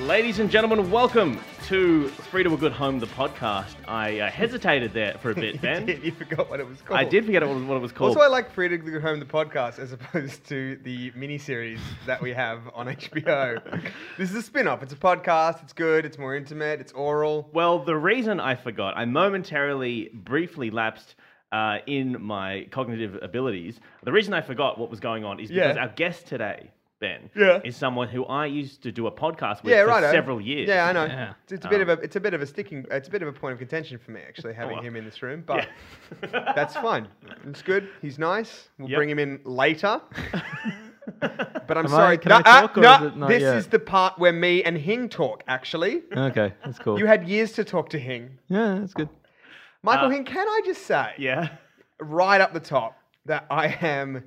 Ladies and gentlemen, welcome to Free to a Good Home, the podcast. I uh, hesitated there for a bit, Ben. you forgot what it was called. I did forget what it was, what it was called. Also, I like Free to Go Home, the podcast, as opposed to the miniseries that we have on HBO. this is a spin off. It's a podcast. It's good. It's more intimate. It's oral. well, the reason I forgot, I momentarily, briefly lapsed uh, in my cognitive abilities. The reason I forgot what was going on is because Yeah. our guest today, Ben, Yeah. is someone who I used to do a podcast with Yeah, for right. several years. Oh. Yeah, I know. Yeah. It's, it's a bit of a it's a bit of a sticking it's a bit of a point of contention for me actually having well. him in this room, but Oh. Yeah. that's fine. It's good. He's nice. We'll Yep. bring him in later. But I'm Am I- sorry. can I talk or no, is it not this yet? is the part where me and Hing talk. Actually, Okay, that's cool. you had years to talk to Hing. yeah, that's good. Michael Uh, Hing, can I just say, Yeah. right up the top, that I am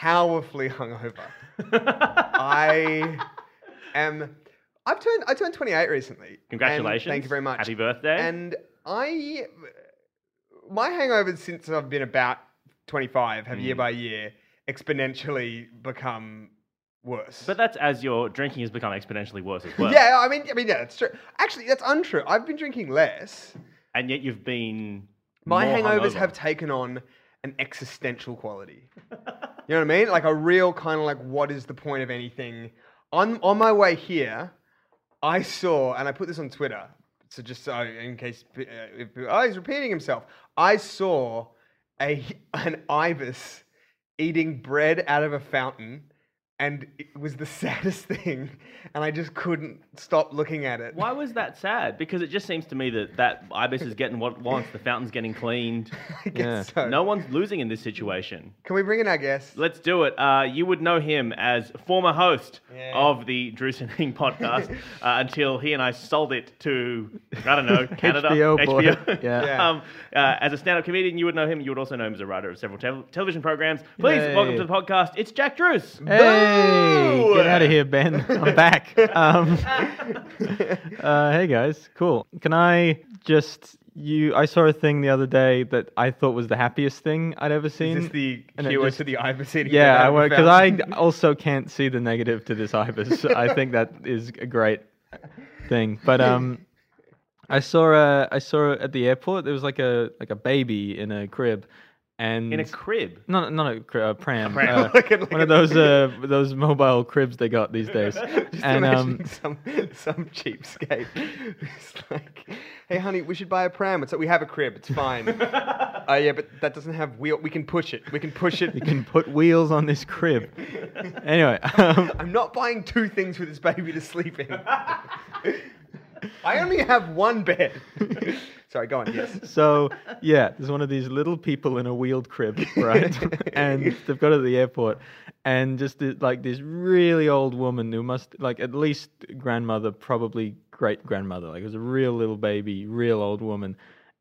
powerfully hungover. I am. I've turned. I turned 28 recently. and Congratulations. Thank you very much. Happy birthday. And I, my hangovers since I've been about 25 have Mm. year by year exponentially become worse. But that's as your drinking has become exponentially worse as well. yeah, I mean, I mean, yeah, that's true. Actually, that's untrue. I've been drinking less. And yet you've been. My more hangovers hungover. have taken on an existential quality. you know what I mean? Like a real kind of like, what is the point of anything? On on my way here, I saw, and I put this on Twitter, so just so in case, uh, if, oh, he's repeating himself. I saw a an ibis eating bread out of a fountain. And it was the saddest thing, and I just couldn't stop looking at it. Why was that sad? Because it just seems to me that that ibis is getting what it wants. The fountain's getting cleaned. I guess Yeah. so. No one's losing in this situation. Can we bring in our guest? Let's do it. Uh, you would know him as former host Yeah. of the Drews and Hing podcast uh, until he and I sold it to I don't know Canada HBO boy. Yeah. Yeah. Um, uh, as a stand-up comedian, you would know him. You would also know him as a writer of several tel- television programs. Please Yay. welcome to the podcast. It's Jack Drews. Hey, Boo! get out of here, Ben. I'm back. Um, uh, hey guys, cool. Can I just you? I saw a thing the other day that I thought was the happiest thing I'd ever seen. Is this the and it cure just- to the ibis eating? yeah, bread out I of a because I fountain? also can't see the negative to this ibis. I think that is a great thing. But um, I saw a, I saw at the airport there was like a like a baby in a crib, and In a crib. not not a, cri- a pram, pram. uh, Like a- like one of a- those uh, those mobile cribs they got these days. Just and imagining um, some some cheapskate. It's like, hey, honey, we should buy a pram. It's like we have a crib. It's fine. uh, yeah, but that doesn't have wheel. We can push it. We can push it. you can put wheels on this crib. Anyway, um, I'm not buying two things for this baby to sleep in. I only have one bed. Sorry, go on. Yes. so yeah, there's one of these little people in a wheeled crib, right? and they've got it at the airport, and just th- like this really old woman who must like at least grandmother, probably great grandmother. Like it was a real little baby, real old woman.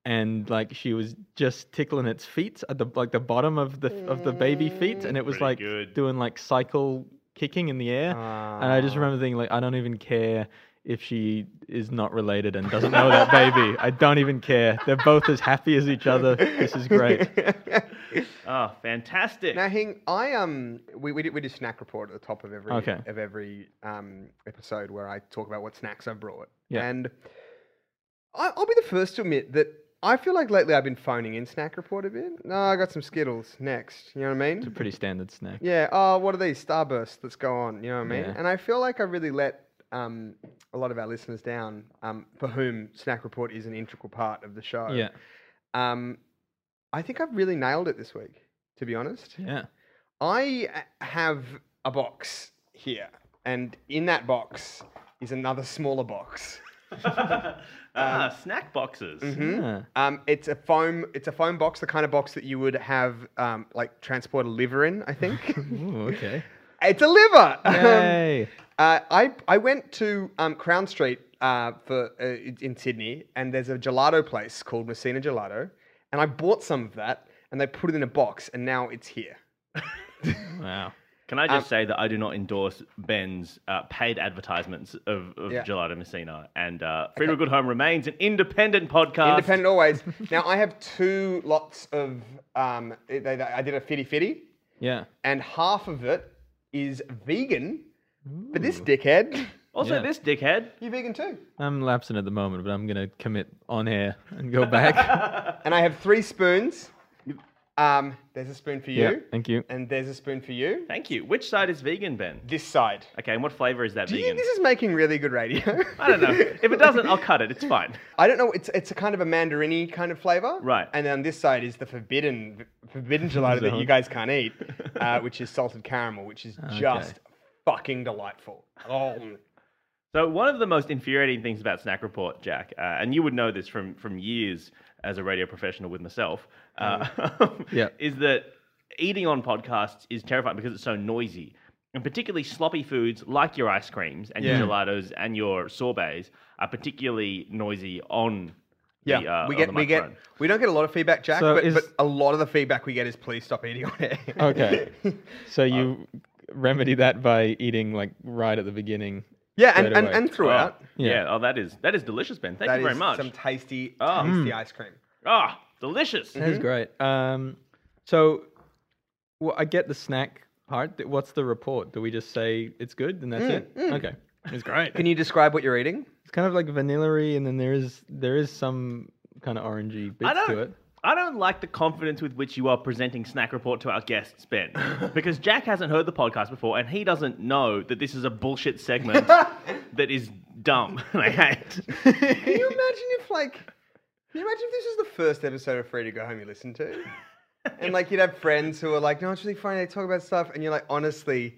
And like she was just tickling its feet at the like the bottom of the of the baby feet, and it was Pretty like good. doing like cycle kicking in the air. And I just Ah. remember thinking, like, I don't even care if she is not related and doesn't know that baby. I don't even care. They're both as happy as each other. This is great. Oh, fantastic. Now, Hing, I um, we we do, we do snack report at the top of every Okay. of every um episode where I talk about what snacks I brought. Yeah. And I, I'll be the first to admit that I feel like lately I've been phoning in snack report a bit. No, I got some Skittles next. You know what I mean? Pretty standard snack. Yeah. Oh, what are these Starburst? Let's go on. You know what I mean? Yeah. And I feel like I really let um a lot of our listeners down. Um, for whom snack report is an integral part of the show. Yeah. Um, I think I've really nailed it this week. To be honest. Yeah. I uh, have a box here, and in that box is another smaller box. ah, snack boxes. Yeah. Um, it's a foam. It's a foam box, the kind of box that you would have um, like transport a liver in. I think Ooh, okay. it's a liver. Um, Yay. uh, I I went to um, Crown Street uh, for uh, in- in Sydney, and there's a gelato place called Messina Gelato, and I bought some of that, and they put it in a box, and now it's here. Wow. Can I just Um, say that I do not endorse Ben's uh, paid advertisements of, of Yeah. Gelato Messina, and uh, Free to a Good Home remains an independent podcast. Independent always. now I have two lots of. Um, they, they, I did a fitty fitty, Yeah. and half of it is vegan. But this dickhead Also, Yeah. this dickhead. You're vegan too. I'm lapsing at the moment, but I'm gonna commit on air and go back. And I have three spoons. Um, there's a spoon for you, yeah, thank you. and there's a spoon for you. Thank you. Which side is vegan, Ben? This side. Okay, and what flavor is that Do you vegan? think this is making really good radio? I don't know. If it doesn't, I'll cut it. It's fine. I don't know. It's it's a kind of a mandarini kind of flavor, Right. And then on this side is the forbidden forbidden gelato that you guys can't eat, uh, which is salted caramel, which is just fucking delightful. Oh, So one of the most infuriating things about Snack Report, Jack, uh, and you would know this from from years as a radio professional with myself, uh, Mm. Yeah. is that eating on podcasts is terrifying because it's so noisy, and particularly sloppy foods like your ice creams and Yeah. your gelatos and your sorbets are particularly noisy on. yeah. the, uh, we on get the we get microphone. we don't get a lot of feedback, Jack, So but, is- but a lot of the feedback we get is please stop eating on air. Okay, so you Uh. remedy that by eating like right at the beginning. yeah, and, Straight and, away. and throughout. Oh, yeah. Yeah. Oh, that is that is delicious, Ben. Thank that you is very much. Some tasty, Oh. Mm. tasty ice cream. Ah, delicious. That's great. Um, so, well, I get the snack part. Th- What's the report? Do we just say it's good and that's it? Okay, it's great. Can you describe what you're eating? It's kind of like vanilla-y, and then there is there is some kind of orangey I bits don't. to it. I don't like the confidence with which you are presenting Snack Report to our guests, Ben, because Jack hasn't heard the podcast before and he doesn't know that this is a bullshit segment that is dumb. and I hate. Can you imagine if like can you imagine if this was the first episode of Free to Go Home you listened to? And like you'd have friends who are like, no, it's really funny, they talk about stuff, and you're like, honestly,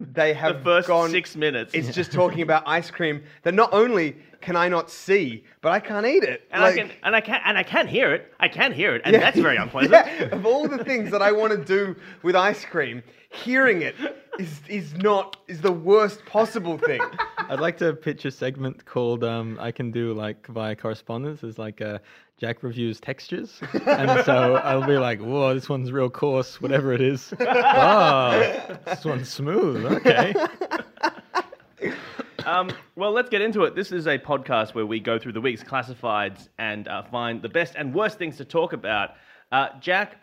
they The have first gone six minutes, It's just talking about ice cream that not only can I not see, but I can't eat it. and Like- I can and I can and I can hear it. I can hear it, and Yeah. that's very unpleasant. Yeah, of all the things that I want to do with ice cream, hearing it is is not is the worst possible thing. I'd like to pitch a segment called um, "I Can Do Like Via Correspondence." It's like uh, Jack reviews textures, and so I'll be like, "Whoa, this one's real coarse, whatever it is. Oh, this one's smooth. Okay, Um, well, let's get into it. This is a podcast where we go through the week's classifieds and uh, find the best and worst things to talk about. Uh, Jack,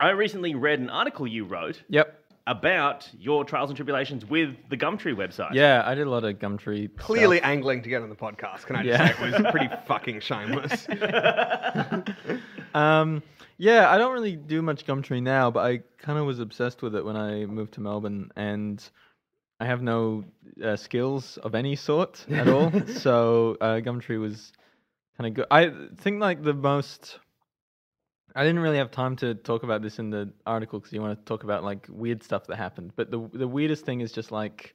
I recently read an article you wrote yep, about your trials and tribulations with the Gumtree website. yeah. I did a lot of Gumtree. stuff. Clearly angling to get on the podcast. Can I just Yeah. say it was pretty fucking shameless. Um, yeah, I don't really do much Gumtree now, but I kind of was obsessed with it when I moved to Melbourne, and I have no uh, skills of any sort at all. so uh, Gumtree was kind of good. I think like the most. I didn't really have time to talk about this in the article because you want to talk about like weird stuff that happened. But the the weirdest thing is just like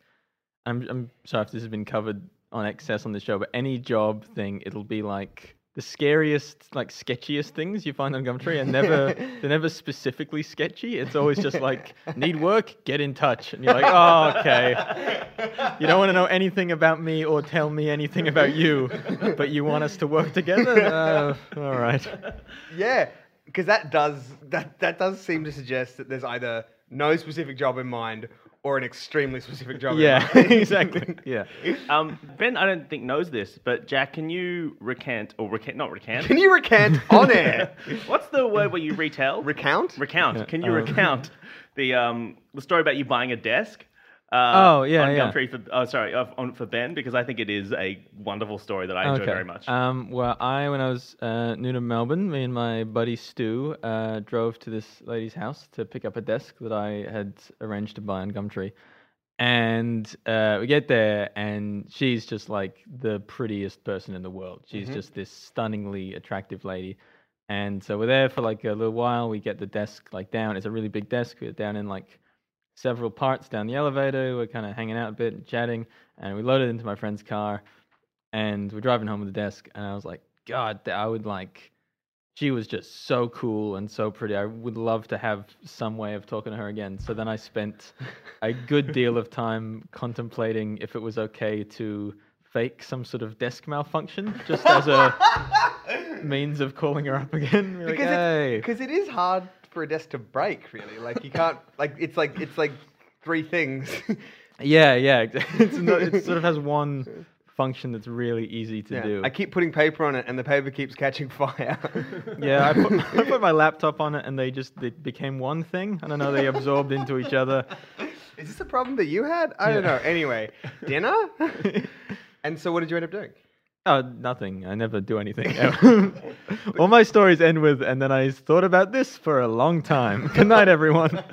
I'm I'm sorry if this has been covered on excess on the show, but any job thing, it'll be like the scariest, like sketchiest things you find on Gumtree, and never they're never specifically sketchy. It's always just like need work, get in touch, and you're like, oh okay. You don't want to know anything about me or tell me anything about you, but you want us to work together. Uh, all right. Yeah, because that does that that does seem to suggest that there's either no specific job in mind or an extremely specific job. Yeah, in mind. exactly. Yeah. Um, ben, I don't think knows this, but Jack, can you recant or recant? Not recant. Can you recant on air? What's the word where you retell? Recount? Recount. Can you um, recount the um, the story about you buying a desk? Uh, Oh, yeah, on yeah. Gumtree for oh, sorry uh, on, for Ben because I think it is a wonderful story that I enjoy very much. Um, well, I when I was uh, new to Melbourne, me and my buddy Stu uh, drove to this lady's house to pick up a desk that I had arranged to buy on Gumtree, and uh, we get there, and she's just like the prettiest person in the world. She's Mm-hmm. just this stunningly attractive lady. And so we're there for like a little while. We get the desk like down. It's a really big desk. We're down in like several parts down the elevator. We're kind of hanging out a bit and chatting. And we loaded into my friend's car and we're driving home with the desk. And I was like, God, th- I would like, she was just so cool and so pretty. I would love to have some way of talking to her again. So then I spent a good deal of time contemplating if it was okay to fake some sort of desk malfunction just as a means of calling her up again. We're like, Because "Hey." it's, 'cause it is hard for a desk to break, really. Like you can't like it's like it's like three things. Yeah, yeah. ex- It's not, it sort of has one function that's really easy to Yeah. do. I keep putting paper on it and the paper keeps catching fire. yeah, I put, I put my laptop on it, and they just they became one thing. I don't know. They absorbed into each other. Is this a problem that you had? I don't Yeah. know. Anyway, dinner? and so what did you end up doing? Oh, nothing. I never do anything. ever. All my stories end with, and then I thought about this for a long time. Good night, everyone.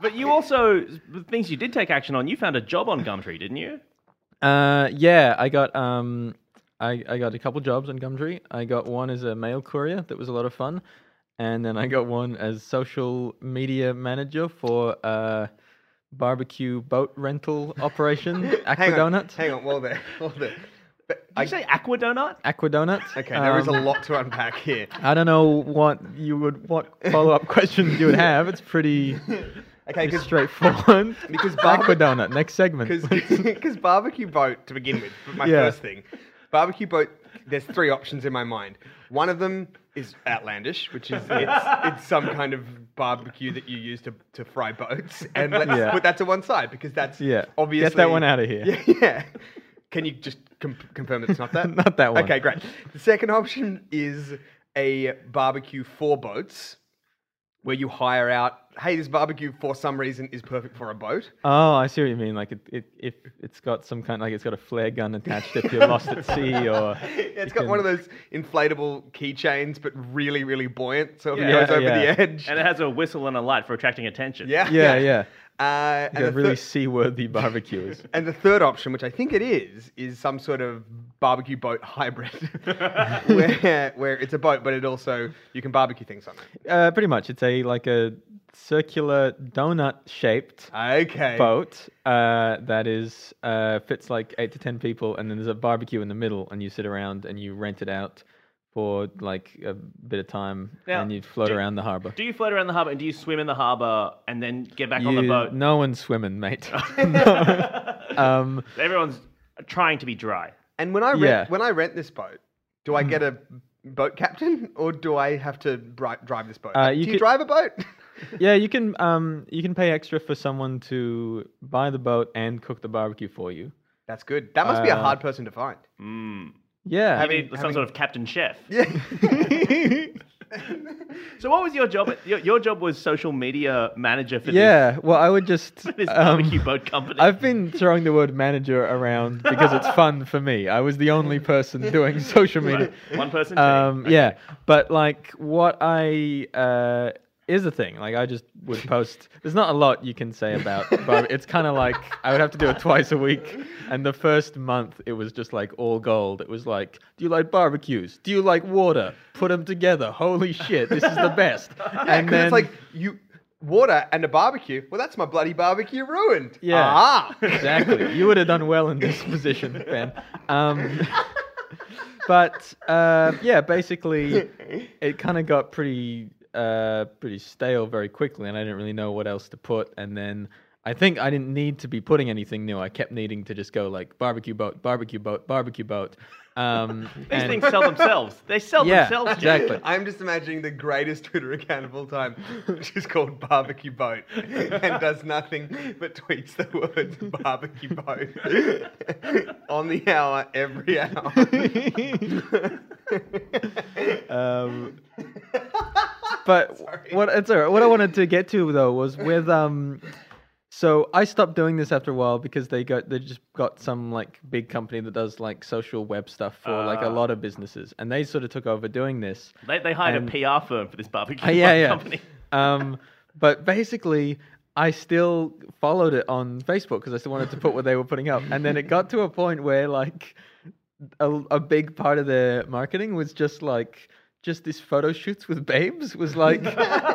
But you also, the things you did take action on, you found a job on Gumtree, didn't you? Uh, yeah, I got um, I, I got a couple jobs on Gumtree. I got one as a mail courier. That was a lot of fun, and then I got one as social media manager for uh, barbecue boat rental operation hang Aqua on, Donut. Hang on, well there, well there. But Did I, you say Aqua Donut? Aqua Donut. okay, there is a Um, lot to unpack here. I don't know what you would what follow up questions you would have. It's pretty Okay, pretty because straightforward. because Aqua barbe- Donut. Next segment. because barbecue boat to begin with. My Yeah. first thing, barbecue boat. There's three options in my mind. One of them is outlandish, which is it's, it's some kind of barbecue that you use to, to fry boats, and let's Yeah. put that to one side because that's Yeah. obviously Get that one out of here. Yeah, yeah. Can you just com- confirm that it's not that? Not that one. Okay, great. The second option is a barbecue for boats. Where you hire out, hey, this barbecue for some reason is perfect for a boat. Oh, I see what you mean. Like it, it, if it's got some kind, like it's got a flare gun attached if you're lost at sea, or Yeah, it's you got one of can- those inflatable keychains, but really, really buoyant. So if Yeah. it goes Yeah, over yeah. the edge, And it has a whistle and a light for attracting attention. yeah, Yeah, yeah. Uh, and, You the got really thir- seaworthy barbecues. and the third option, which I think it is, is some sort of barbecue boat hybrid, where where it's a boat, but it also you can barbecue things on it. Uh, pretty much, it's a like a circular donut-shaped Okay. boat uh, that is uh, fits like eight to ten people, and then there's a barbecue in the middle, and you sit around and you rent it out for like a bit of time, Now, and you float do- around the harbor. Do you float around the harbour and do you swim in the harbour and then get back on the You- boat? No one's swimming, mate. No. um, Everyone's trying to be dry. And when I rent, Yeah. when I rent this boat, do I get a boat captain or do I have to bri- drive this boat? Uh, do you you could- drive a boat? yeah, you can um you can pay extra for someone to buy the boat and cook the barbecue for you. That's good. That must be a Uh, hard person to find. Yeah. I mean, some having- sort of captain chef. Yeah. So what was your job? At, your, your job was social media manager for yeah. Well, I would just this, this um, barbecue boat company. I've been throwing the word manager around because it's fun for me. I was the only person doing social media. One person. team. Um, yeah, but like what I uh, is a thing. Like I just would post. There's not a lot you can say about, but it's kind of like I would have to do it twice a week. And the first month, it was just like all gold. It was like, do you like barbecues? Do you like water? Put them together. Holy shit, this is the best. and Because then it's like you water and a barbecue. Well, that's my bloody barbecue ruined. Yeah. Ah. exactly. You would have done well in this position, Ben. Um, but uh, yeah, basically, it kind of got pretty uh, pretty stale very quickly, and I didn't really know what else to put. And then I think I didn't need to be putting anything new. I kept needing to just go like barbecue boat, barbecue boat, barbecue boat. Um, These and- things sell themselves. They sell Yeah, themselves. Jack. exactly. I'm just imagining the greatest Twitter account of all time, which is called Barbecue Boat, and does nothing but tweets the words Barbecue Boat on the hour, every hour. Um, but Sorry. what it's all right. What I wanted to get to though was with um. So I stopped doing this after a while because they got they just got some like big company that does like social web stuff for like a Ah. lot of businesses, and they sort of took over doing this. They, they hired And- a PR firm for this barbecue Uh, yeah, boat yeah. company. Um, but basically, I still followed it on Facebook because I still wanted to put what they were putting up. And then it got to a point where like a, a big part of their marketing was just like just these photo shoots with babes was like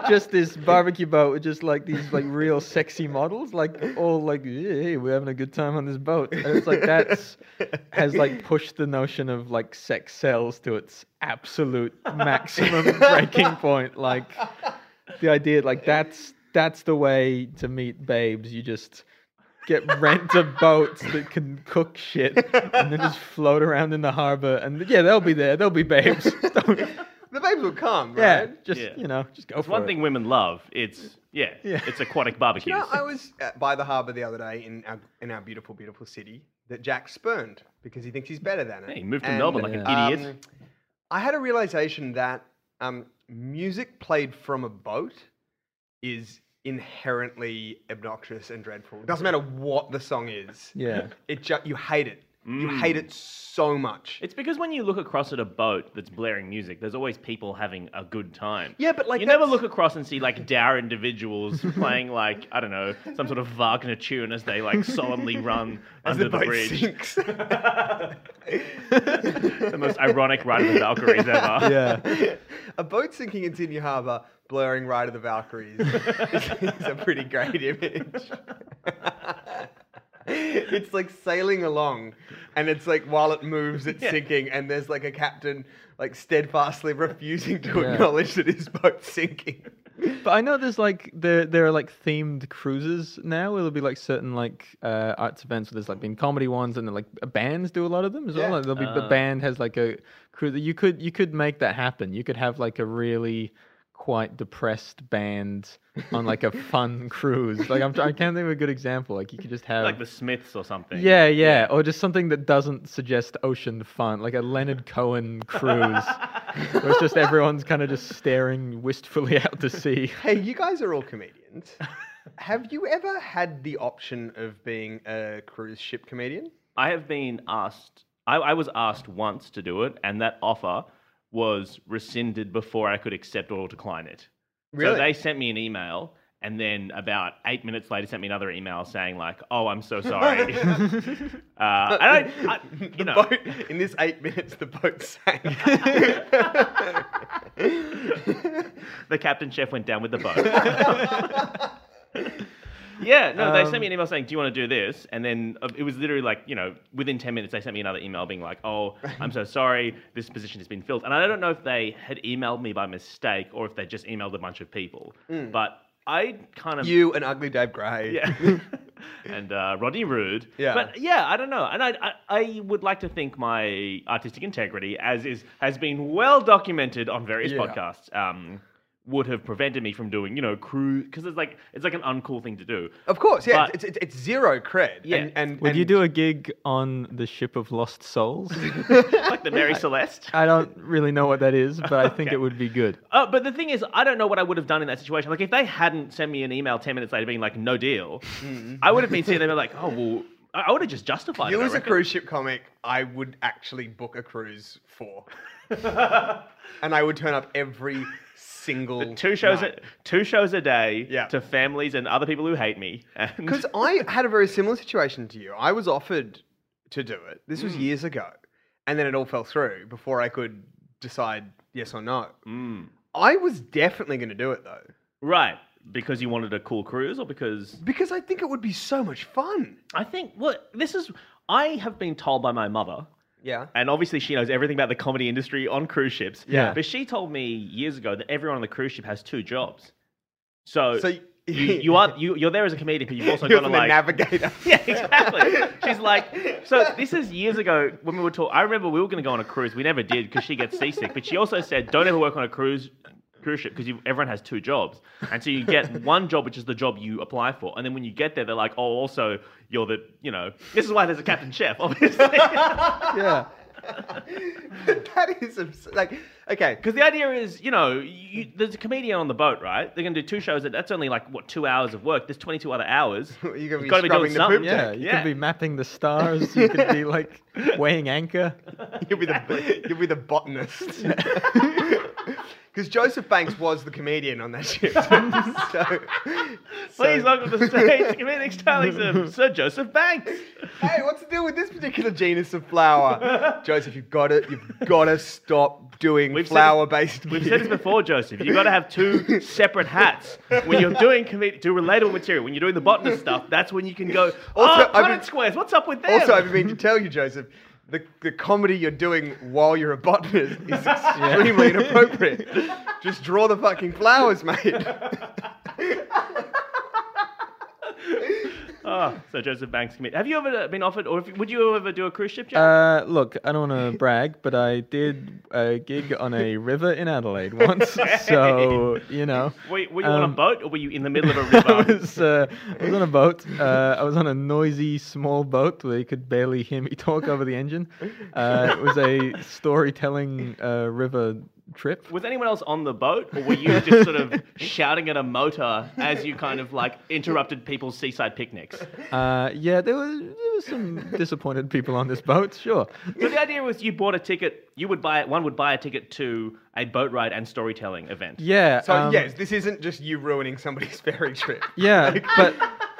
just this barbecue boat with just like these like real sexy models like all like hey we're having a good time on this boat and it's like that's has like pushed the notion of like sex sells to its absolute maximum breaking point like the idea like that's that's the way to meet babes you just get rent a boat that can cook shit and then just float around in the harbor and yeah they'll be there they'll be babes Don't- The babes will come, yeah right? just Yeah. you know just go It's for one it. thing women love. It's yeah, Yeah. it's aquatic barbecues. You know, I was uh, by the harbour the other day in our, in our beautiful, beautiful city that Jack spurned because he thinks he's better than it. um, Hey, he moved to Melbourne like an idiot. I had a realization that um, music played from a boat is inherently obnoxious and dreadful. Doesn't matter what the song is. Yeah. It just you hate it. You Mm. hate it so much. It's because when you look across at a boat that's blaring music, there's always people having a good time. Yeah, but, like, you never that's- look across and see like dour individuals playing like I don't know some sort of Wagner tune as they like solemnly run As under the boat bridge. sinks. the most ironic ride of the Valkyries ever. Yeah. a boat sinking in Sydney Harbour, blurring Ride of the Valkyries is, is a pretty great image. it's like sailing along, and it's like while it moves, it's Yeah. sinking, and there's like a captain like steadfastly refusing to Yeah. acknowledge that his boat's sinking. But I know there's like there there are like themed cruises now. Where there'll be like certain like uh, arts events. Where there's like been comedy ones, and then like bands do a lot of them as Yeah. well. Like, there'll be the Ah. band has like a cruise. You could you could make that happen. You could have like a really quite depressed band on like a fun cruise. Like I'm try- I can't think of a good example. Like you could just have Like the Smiths or something. yeah, yeah, or just something that doesn't suggest ocean fun, like a Leonard Cohen cruise. where it's just everyone's kind of just staring wistfully out to sea. Hey, you guys are all comedians. Have you ever had the option of being a cruise ship comedian? I have been asked. I, I was asked once to do it, and that offer was rescinded before I could accept or decline it. So they sent me an email, and then about eight minutes later, sent me another email saying like, "Oh, I'm so sorry." uh, and I, I, you the know, boat in this eight minutes the boat sank. the captain chef went down with the boat. yeah, no, they sent me an email saying, "Do you want to do this?" And then uh, it was literally like, you know, within ten minutes, they sent me another email being like, "Oh, I'm so sorry, this position has been filled." And I don't know if they had emailed me by mistake or if they just emailed a bunch of people, but I kind of you and ugly Dave Gray. yeah. and uh, Rodney Rude. Yeah. But yeah, I don't know. And I, I, I would like to think my artistic integrity, as is has been well documented on various Yeah. podcasts, um, would have prevented me from doing, you know, crew because it's like it's like an uncool thing to do. Of course, yeah. But- it's, it's, it's zero cred. Yeah. And, and, Would you and- do a gig on the ship of lost souls? like the Mary Celeste. Uh, I don't really know what that is, but I think Okay. it would be good. Uh, but the thing is, I don't know what I would have done in that situation. Like, if they hadn't sent me an email 10 minutes later being like, no deal, I would have been sitting there like, oh, well, I I would have just justified Mm-hmm. You it. I as a reckon. cruise ship comic, I would actually book a cruise for, and I would turn up every single two shows night. a, two shows a day Yeah. to families and other people who hate me. And Because I had a very similar situation to you. I was offered to do it. This Hmm. was years ago. And then it all fell through before I could decide yes or no. Mm. I was definitely going to do it though, right, because you wanted a cool cruise, or because because I think it would be so much fun. I think well, this is I have been told by my mother, Yeah. and obviously she knows everything about the comedy industry on cruise ships. Yeah. but she told me years ago that everyone on the cruise ship has two jobs. So, So you, you are you, you're there as a comedian, but you've also You're got to the like navigator. Yeah, exactly. She's like, so this is years ago when we were talking. I remember we were going to go on a cruise. We never did because she gets seasick. But she also said, don't ever work on a cruise cruise ship because everyone has two jobs, and so you get one job, which is the job you apply for, and then when you get there, they're like, oh, also you're the, you know, this is why there's a captain chef, obviously, because Yeah. that is abs- like okay. the idea is, you know, you, there's a comedian on the boat, right? They're going to do two shows. That's only like what two hours of work. There's 22 other hours. You're gonna You've be gotta scrubbing the poop something. Yeah, you could be mapping the stars. You could be like weighing anchor. You'll be the you'll be the botanist. Because Joseph Banks was the comedian on that ship. so, Please so- welcome to the stage, comedic stylism, Sir Joseph Banks. hey, what's the deal with this particular genus of flower? Joseph, you've got to, you've got to stop doing We've said this- flower-based. We've said this before, Joseph. You've got to have two separate hats when you're doing comedic, do relatable material. When you're doing the botanist stuff, that's when you can go. Also, oh, I've Punnett been- squares. What's up with them? Also, I've been meaning to tell you, Joseph, the, the comedy you're doing while you're a botanist is extremely inappropriate. Just draw the fucking flowers, mate. oh, so Joseph Banks comedic. Have you ever been offered, or if, would you ever do a cruise ship? Jack? Uh, look, I don't want to brag, but I did a gig on a river in Adelaide once. So you know, were, were you on a um, boat, or were you in the middle of a I river? was, uh, I was on a boat. Uh, I was on a noisy small boat where you could barely hear me talk over the engine. Uh, it was a storytelling uh, river trip. Was anyone else on the boat, or were you just sort of shouting at a motor as you kind of like interrupted people's seaside picnics? Uh, yeah, there were there were some disappointed people on this boat. Sure. So the idea was you bought a ticket. You would buy one would buy a ticket to a boat ride and storytelling event. Yeah. So um, yes, this isn't just you ruining somebody's ferry trip. Yeah, but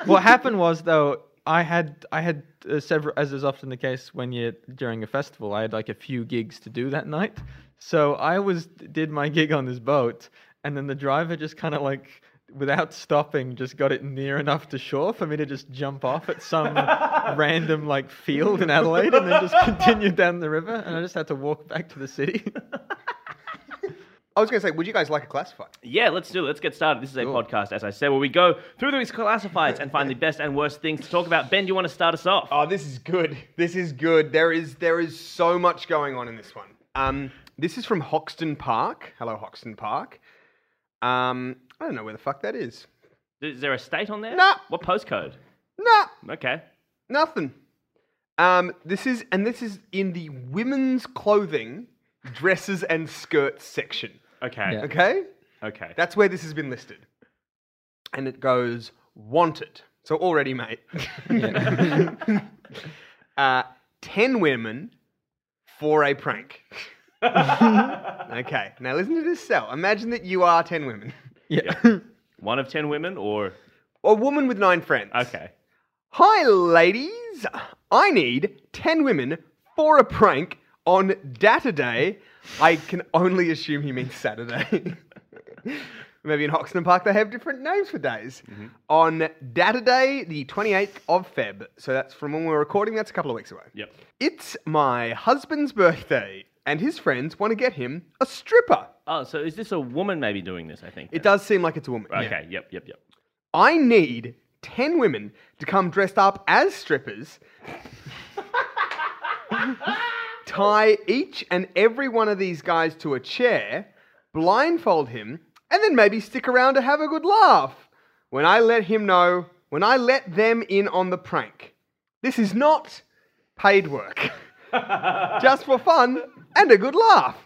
what happened was though I had I had uh, several, as is often the case when you during a festival, I had like a few gigs to do that night. So I was did my gig on this boat, and then the driver just kind of like without stopping just got it near enough to shore for me to just jump off at some random like field in Adelaide and then just continue down the river and I just had to walk back to the city. I was going to say, would you guys like a classified? Yeah, let's do it. Let's get started. This is a podcast, as I said, where we go through the week's classifieds and find the best and worst things to talk about. Ben, do you want to start us off? Oh, this is good. This is good. There is there is so much going on in this one. Um, this is from Hoxton Park. Hello, Hoxton Park. Um, I don't know where the fuck that is. Is there a state on there? No. What postcode? Nah, Okay. nothing. Um, this is and this is in the women's clothing, dresses and skirts section. Okay. Yeah. Okay, Okay. that's where this has been listed, and it goes wanted. So already, mate. uh, ten women for a prank. okay, now listen to this cell. Imagine that you are ten women. Yeah. One of ten women, or A woman with nine friends. okay. Hi, ladies. I need 10 women for a prank on Data Day. I can only assume he means Saturday. Maybe in Hoxton Park they have different names for days. Mm-hmm. On Data Day, the 28th of Feb. So that's from when we're recording, that's a couple of weeks away. Yep. It's my husband's birthday, and his friends want to get him a stripper. Oh, so is this a woman maybe doing this? I think. It does seem like it's a woman. Okay. Yep. Yep. Yep. I need 10 women to come dressed up as strippers, tie each and every one of these guys to a chair, blindfold him, and then maybe stick around to have a good laugh. When I let him know, when I let them in on the prank. This is not paid work. Just for fun and a good laugh.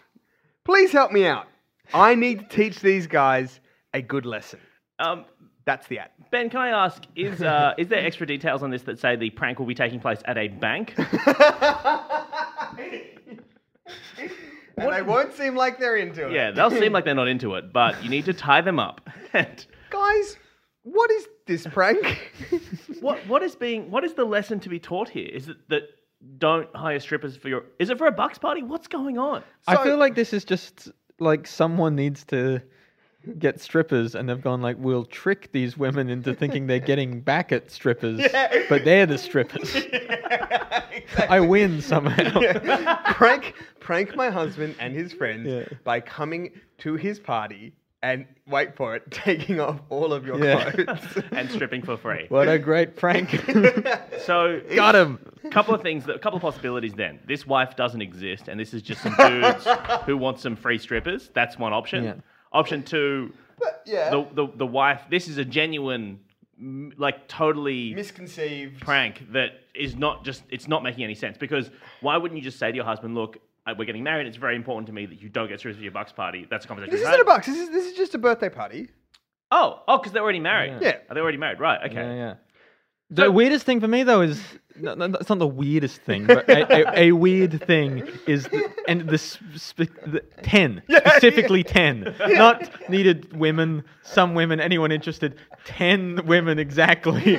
Please help me out. I need to teach these guys a good lesson. Um, That's the ad. ben, can I ask, is uh, is there extra details on this that say the prank will be taking place at a bank? And they won't seem like they're into it. yeah, they'll seem like they're not into it, but you need to tie them up. And Guys, what is this prank? what what is being what is the lesson to be taught here? Is it that don't hire strippers for your? Is it for a bucks party? What's going on? I feel like this is just like someone needs to get strippers and they've gone like we'll trick these women into thinking they're getting back at strippers but they're the strippers i win somehow prank prank my husband and his friends Yeah. by coming to his party and wait for it, taking off all of your Yeah. clothes. And stripping for free. what a great prank So got him couple of things, a couple of possibilities then. This wife doesn't exist, and this is just some dudes who want some free strippers. That's one option. Yeah. Option two, yeah. the, the, the wife, this is a genuine, m- like, totally Misconceived. prank that is not just, it's not making any sense because why wouldn't you just say to your husband, look, I- we're getting married. It's very important to me that you don't get strippers for your bucks party. That's a conversation. This we isn't a had. box. This is this is just a birthday party. Oh, oh, because they're already married. Yeah. Are they already married? Right. Okay. yeah, yeah. the weirdest thing for me though is no, no, it's not the weirdest thing but a, a, a weird thing is the, and the, sp- the 10 specifically 10 not needed women some women anyone interested 10 women exactly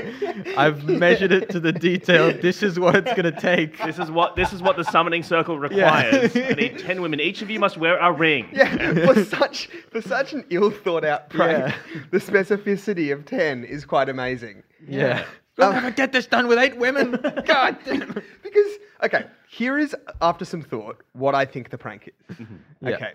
i've measured it to the detail this is what it's going to take This is what this is what the summoning circle requires. I need ten women. Each of you must wear a ring. Yeah, for such for such an ill thought out prank, Yeah. the specificity of ten is quite amazing. yeah We'll Oh. never get this done with eight women god damn it Because okay, here is after some thought what I think the prank is. Yeah. Okay,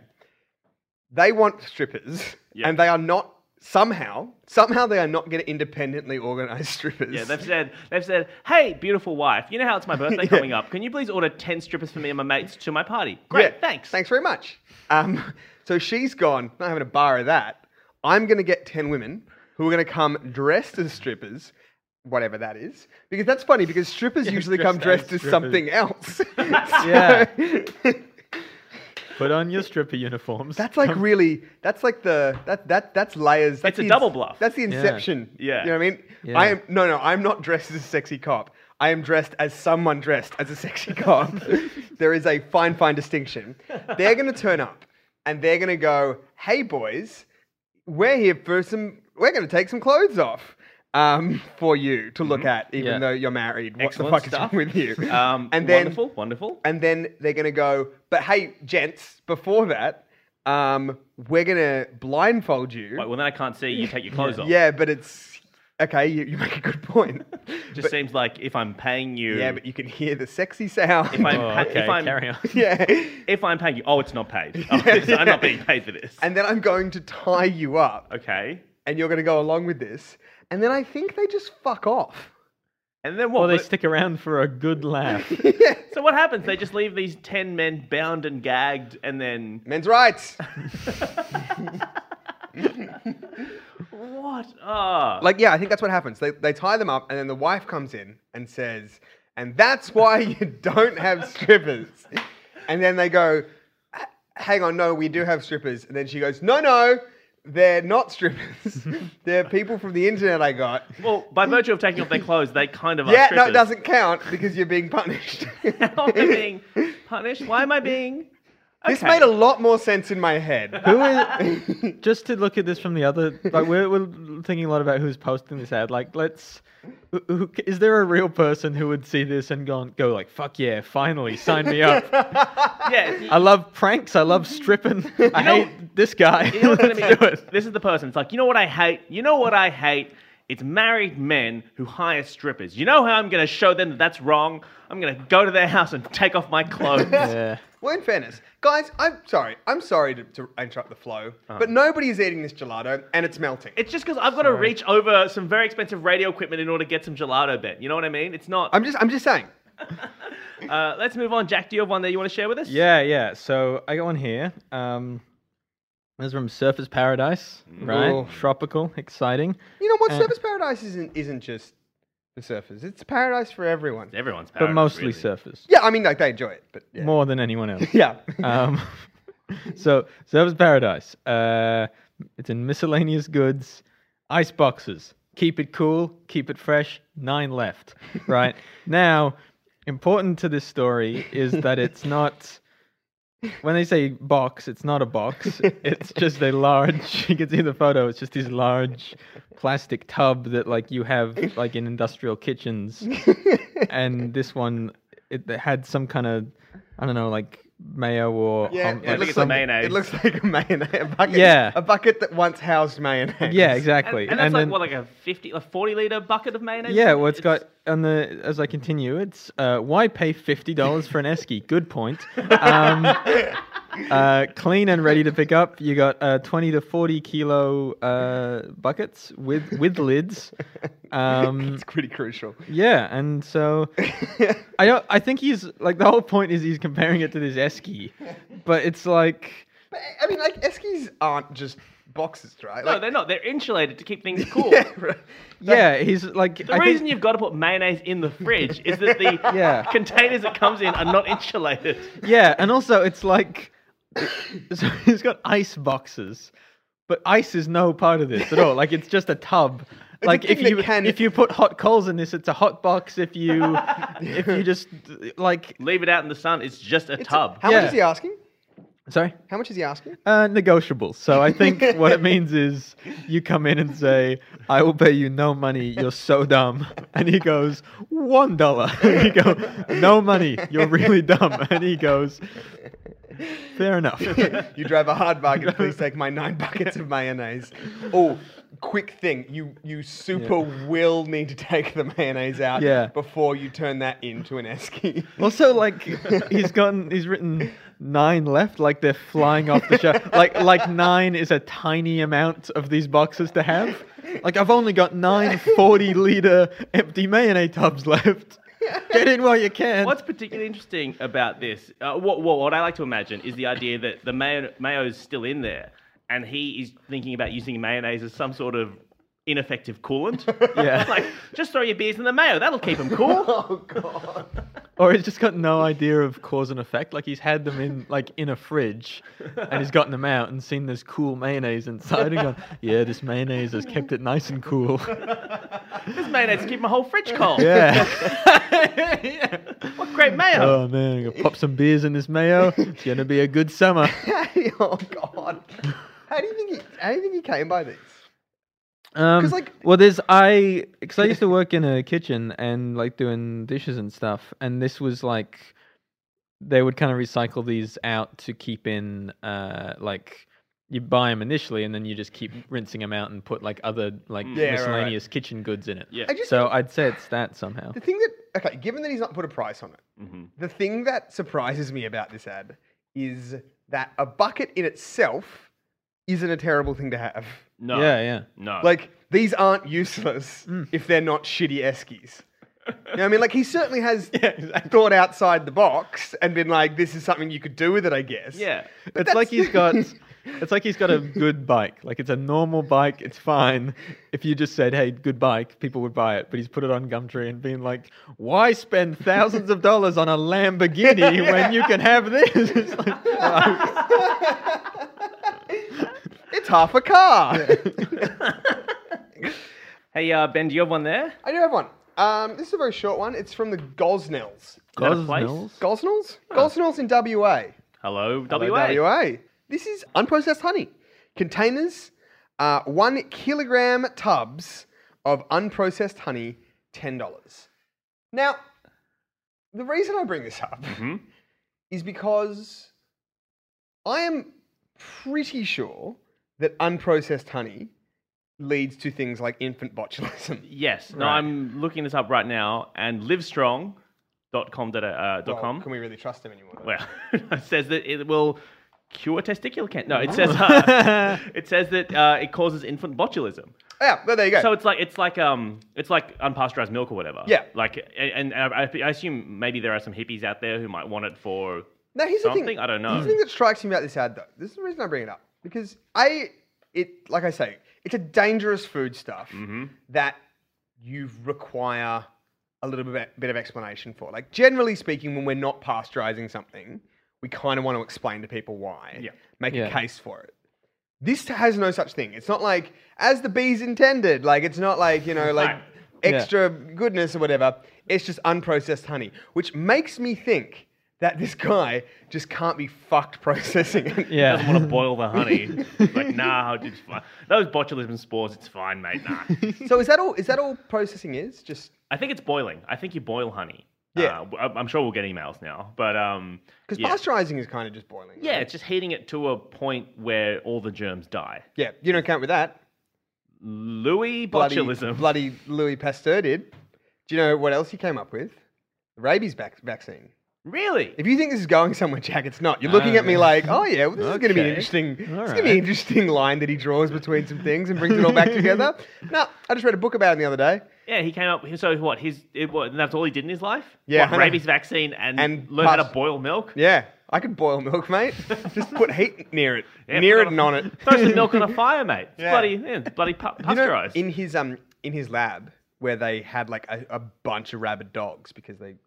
they want strippers, Yeah. and they are not somehow somehow they are not going to independently organize strippers. Yeah, they've said they've said, "Hey, beautiful wife, you know how it's my birthday coming up. Can you please order ten strippers for me and my mates to my party? Great, Yeah, thanks. Thanks very much. Um, so she's gone. Not having a bar of that. I'm going to get ten women who are going to come dressed as strippers. Whatever that is, because that's funny. Because strippers usually come dressed as dressed as something else. Yeah. So- Put on your stripper uniforms. That's like Come- really. That's like the that that that's layers. That's It's a the double bluff. That's the inception. Yeah. You know what I mean? Yeah. I am no no. I'm not dressed as a sexy cop. I am dressed as someone dressed as a sexy cop. there is a fine fine distinction. They're gonna turn up, and they're gonna go, "Hey boys, we're here for some. We're gonna take some clothes off." Um, for you to look at, even Mm-hmm. Yeah. though you're married, what Excellent the fuck stuff. is wrong with you? Um, and then wonderful, wonderful. and then they're going to go, but hey, gents, before that, um, we're going to blindfold you. Wait, well, then I can't see you take your clothes off. yeah, but it's okay. You, you make a good point. Just But- seems like if I'm paying you, yeah, but you can hear the sexy sound. if I'm, Oh, pa- okay, if I'm carry on. yeah. if I'm paying you, oh, it's not paid. Oh, it's- I'm not being paid for this. And then I'm going to tie you up, okay. and you're going to go along with this. And then I think they just fuck off. And then what? Or they But- stick around for a good laugh. yeah. so what happens? They just leave these ten men bound and gagged, and then Men's rights. what? Ah, Like, yeah, I think that's what happens. They, they tie them up, and then the wife comes in and says, and that's why you don't have strippers. And then they go, "H- hang on, no, we do have strippers. And then she goes, no, no, they're not strippers. they're people from the internet I got. well, by virtue of taking off their clothes, they kind of are yeah, no, strippers. it doesn't count because you're being punished. How am I being punished? Why am I being? This Okay. made a lot more sense in my head. Who is just to look at this from the other? Like we're, we're thinking a lot about who's posting this ad. Like, let's. Who, who, is there a real person who would see this and go, go like, fuck yeah, finally sign me up. yeah. it's- I love pranks. I love stripping. I know- hate this guy. You know what's gonna Let's do be? it. This is the person. It's like, you know what I hate? You know what I hate? It's married men who hire strippers. You know how I'm going to show them that that's wrong? I'm going to go to their house and take off my clothes. Yeah. Well, in fairness, guys, I'm sorry. I'm sorry to, to interrupt the flow, Uh-huh. but nobody is eating this gelato, and it's melting. It's just because I've got to reach over some very expensive radio equipment in order to get some gelato, Ben. You know what I mean? It's not. I'm just, I'm just saying. Uh, let's move on. Jack, do you have one that you want to share with us? Yeah, yeah. So I got one here. Um, this is from Surface Paradise, right? Ooh. Tropical, exciting. You know what? Uh, surface paradise isn't isn't just the surfers. It's paradise for everyone. Everyone's but paradise, mostly really. Surface, Yeah, I mean, like they enjoy it, but yeah. more than anyone else. Yeah. um, so Surface Paradise. Uh, it's in miscellaneous goods, ice boxes. Keep it cool, keep it fresh. Nine left. Right now, important to this story is that it's not. When they say box, it's not a box. It's just a large. You can see the photo. It's just this large plastic tub that, like, you have like in industrial kitchens and this one it it had some kind of I don't know like mayo or yeah, hum- it like looks a like some- mayonnaise. It looks like a mayonnaise. A bucket, Yeah. A bucket that once housed mayonnaise. yeah And, exactly and that's like, then- what, like a 50, a 40 litre bucket of mayonnaise? yeah well it's got on the as I continue it's uh, why pay fifty dollars for an esky good point um, uh, clean and ready to pick up you got uh, twenty to forty kilo uh, buckets with with lids um, It's pretty crucial. yeah and so I don't. I think he's like the whole point is he's comparing it to this esky, but it's like But, I mean, like Eskies aren't just boxes, right? No, Like, they're not. They're insulated to keep things cool. Yeah, right. yeah, he's like The reason you've got to put mayonnaise in the fridge is that the Yeah. containers it comes in are not insulated. yeah, and also it's like so he's got ice boxes, but ice is no part of this at all. Like it's just a tub. Like thing if you that can- if you put hot coals in this, it's a hot box. If you if you just like Leave it out in the sun. It's just a tub. How Yeah. much is he asking? sorry. How much is he asking? Uh, negotiable. So I think what it means is you come in and say, "I will pay you no money. You're so dumb." And he goes, one dollar." you go, "No money. You're really dumb." And he goes, "Fair enough." you drive a hard bargain. Please take my nine buckets of mayonnaise. Oh, quick thing. You you super will need to take the mayonnaise out Yeah. before you turn that into an esky. also, like he's gotten, he's written nine left. Like they're flying off the shelf. Like like nine is a tiny amount of these boxes to have. Like I've only got nine 40 liter empty mayonnaise tubs left. Get in while you can. What's particularly interesting about this, uh, what, what, what I like to imagine is the idea that the mayo, mayo's still in there and he is thinking about using mayonnaise as some sort of ineffective coolant. Yeah. It's like, just throw your beers in the mayo. That'll keep them cool. Oh god. or he's just got no idea of cause and effect. Like he's had them in like in a fridge, and he's gotten them out and seen this cool mayonnaise inside, and gone, yeah, this mayonnaise has kept it nice and cool. This mayonnaise keep my whole fridge cold. Yeah. What great mayo. Oh man, I'm gonna pop some beers in this mayo. It's gonna be a good summer. oh God. How do you think he? How do you think he came by these? Um, 'Cause, like- well, there's I because I used to work in a kitchen and like doing dishes and stuff, and this was like they would kind of recycle these out to keep in uh like you buy them initially and then you just keep rinsing them out and put like other like Mm. Mm-hmm. Yeah, right, right. miscellaneous kitchen goods in it. Yeah. I just So I'd say it's that somehow. the thing that okay, given that he's not put a price on it, Mm-hmm. the thing that surprises me about this ad is that a bucket in itself isn't a terrible thing to have. No. Yeah, yeah. No. Like these aren't useless Mm. if they're not shitty eskies. You know what I mean? Like he certainly has thought outside the box and been like, "This is something you could do with it," I guess. yeah. It's that's- like he's got. It's like he's got a good bike. Like it's a normal bike. It's fine. If you just said, "Hey, good bike," people would buy it. But he's put it on Gumtree and been like, "Why spend thousands of dollars on a Lamborghini when you can have this?" It's like, oh, It's half a car. Hey, uh, Ben, do you have one there? I do have one. Um, this is a very short one. It's from the Gosnells. that a place? Gosnells? Gosnells? Gosnells in WA. Hello, Hello, WA. WA. This is unprocessed honey. Containers, uh, one kilogram tubs of unprocessed honey, ten dollars. Now, the reason I bring this up Mhm. is because I am pretty sure that unprocessed honey leads to things like infant botulism. Yes. No, Right. I'm looking this up right now, and livestrong.com. dot, Uh, dot Well, com. Can we really trust him anymore? Well, it says that it will cure testicular cancer. No, it says uh, it says that uh, it causes infant botulism. Oh, yeah, well, there you go. So it's like it's like um it's like unpasteurized milk or whatever. Yeah. Like and, and I, I assume maybe there are some hippies out there who might want it for Now here's the something? thing. I don't know. Here's the thing that strikes me about this ad, though. This is the reason I bring it up because I, it, like I say, it's a dangerous food stuff Mm-hmm. that you require a little bit bit of explanation for. Like generally speaking, when we're not pasteurizing something, we kind of want to explain to people why. Yeah. Make a Yeah. case for it. This has no such thing. It's not like as the bees intended. Like it's not like you know like Right. extra goodness or whatever. It's just unprocessed honey, which makes me think that this guy just can't be fucked processing it. I doesn't want yeah. to boil the honey. It's like nah, it's fine. Those botulism spores, it's fine, mate. Nah. So is that all? Is that all processing is? Just I think it's boiling. I think you boil honey. Yeah. Uh, I- I'm sure we'll get emails now, but um, because yeah. pasteurizing is kind of just boiling. yeah, right? it's just heating it to a point where all the germs die. yeah. You don't count with that. Louis bloody, botulism. bloody Louis Pasteur did. Do you know what else he came up with? The rabies vac- vaccine. Really? If you think this is going somewhere, Jack, it's not. You're looking Oh, at me yeah. like, oh yeah, well, this is going to be an Okay. interesting. It's All going to be an right. interesting line that he draws between some things and brings it all back together. No, I just read a book about him the other day. Yeah, he came up. So what? His it, what, that's all he did in his life. Yeah, I what, know. rabies vaccine and, And learn how past- to boil milk. Yeah, I could boil milk, mate. just put heat near it, Yeah, near put it and on it. Throw some milk on a fire, mate. It's Yeah. bloody, yeah, it's bloody pa- You know, pasteurized. in his um in his lab where they had like a, a bunch of rabid dogs because they were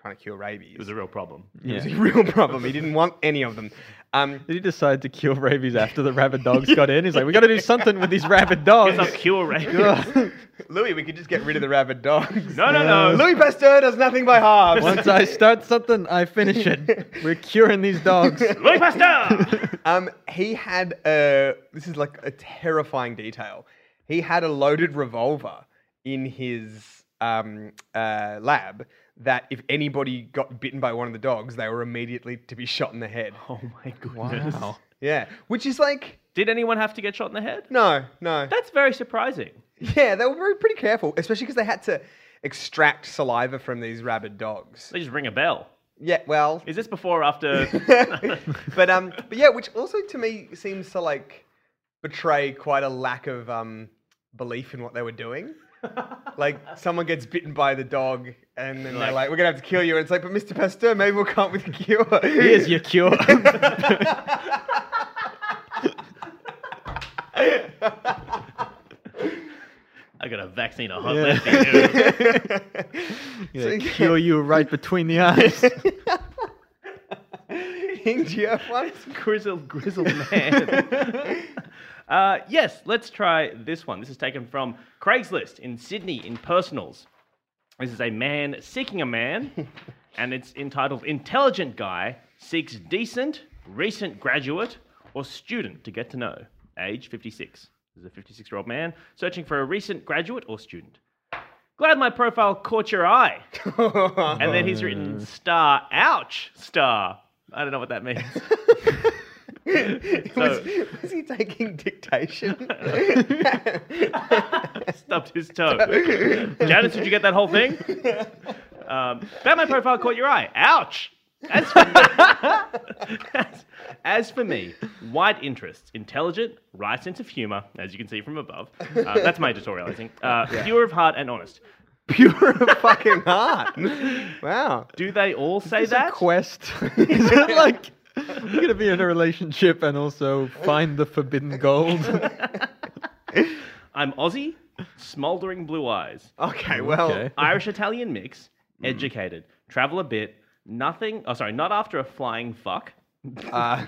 trying to cure rabies. it was a real problem. Yeah. It was a real problem. He didn't want any of them. Um, Did he decide to cure rabies after the rabid dogs got in? He's like, we got to do something with these rabid dogs. It's a cure rabies. Louis, we could just get rid of the rabid dogs. No, no, no. Louis Pasteur does nothing by halves. Once I start something, I finish it. We're curing these dogs. Louis Pasteur. Um, he had a. This is like a terrifying detail. He had a loaded revolver in his um, uh, lab that if anybody got bitten by one of the dogs, they were immediately to be shot in the head. oh my goodness. Wow. Yeah, which is like Did anyone have to get shot in the head? no, no. That's very surprising. Yeah, they were very pretty careful, especially because they had to extract saliva from these rabid dogs. They just ring a bell. Yeah, well, Is this before or after? but um, but yeah, which also to me seems to like betray quite a lack of um belief in what they were doing. Like someone gets bitten by the dog, and then they're Like- like, "We're gonna have to kill you." And it's like, "But Mr. Pasteur, maybe we'll come up with a cure." Here's your cure. I got a vaccine, a hot Yeah. lefty. dude." Gonna So- cure you right between the eyes. King, do you have one? grizzled, grizzled man. uh, yes, let's try this one. This is taken from Craigslist in Sydney in Personals. This is a man seeking a man, and it's entitled Intelligent Guy Seeks Decent, Recent Graduate, or Student to Get to Know. Age 56. This is a 56 year old man searching for a recent graduate or student. Glad my profile caught your eye. And then he's written star, ouch, star. I don't know what that means. was, was he taking dictation? Stubbed his toe. Janice, did you get that whole thing? Um, that my profile caught your eye. Ouch. As for, as, as for me, wide interests, intelligent, right sense of humor, as you can see from above. Uh, that's my editorializing. Uh, Pure of heart and honest. Pure of fucking heart. Wow. Do they all say Is that? it quest? Is it like you're gonna be in a relationship and also find the forbidden gold? I'm Aussie, smoldering blue eyes. Okay, well, Okay. Irish Italian mix, educated, travel a bit, nothing. Oh, sorry, not after a flying fuck. uh,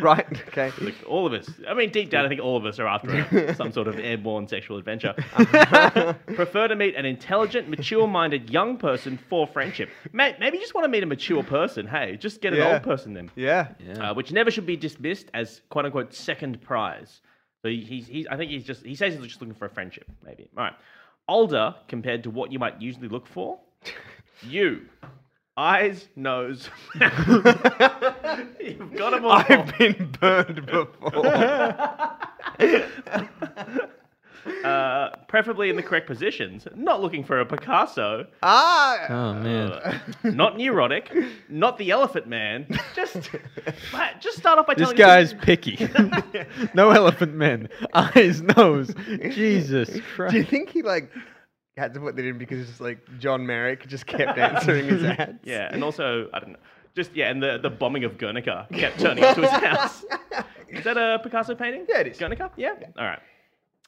right, okay. Like, all of us. I mean, deep down, I think all of us are after a, some sort of airborne sexual adventure. Prefer to meet an intelligent, mature-minded young person for friendship. May- Maybe you just want to meet a mature person. Hey, just get an Yeah. old person then. Yeah. Uh, which never should be dismissed as "quote unquote" second prize. So he- he's, he's, I think he's just, he says he's just looking for a friendship, maybe. All right. Older compared to what you might usually look for. You, eyes, nose. You've got them all. I've been burned before. Uh, preferably in the correct positions. Not looking for a Picasso. ah! Oh man. Uh, not neurotic. Not the Elephant Man. Just, Matt, just start off by This telling guy's picky. no elephant men. Eyes, nose. Jesus Do you Christ. think he, like, had to put that in because, it's like, John Merrick just kept answering his ads? Yeah, and also I don't know. Just yeah, and the, the bombing of Guernica kept turning up to his house. Is that a Picasso painting? Yeah, it is. Guernica. Yeah. All right.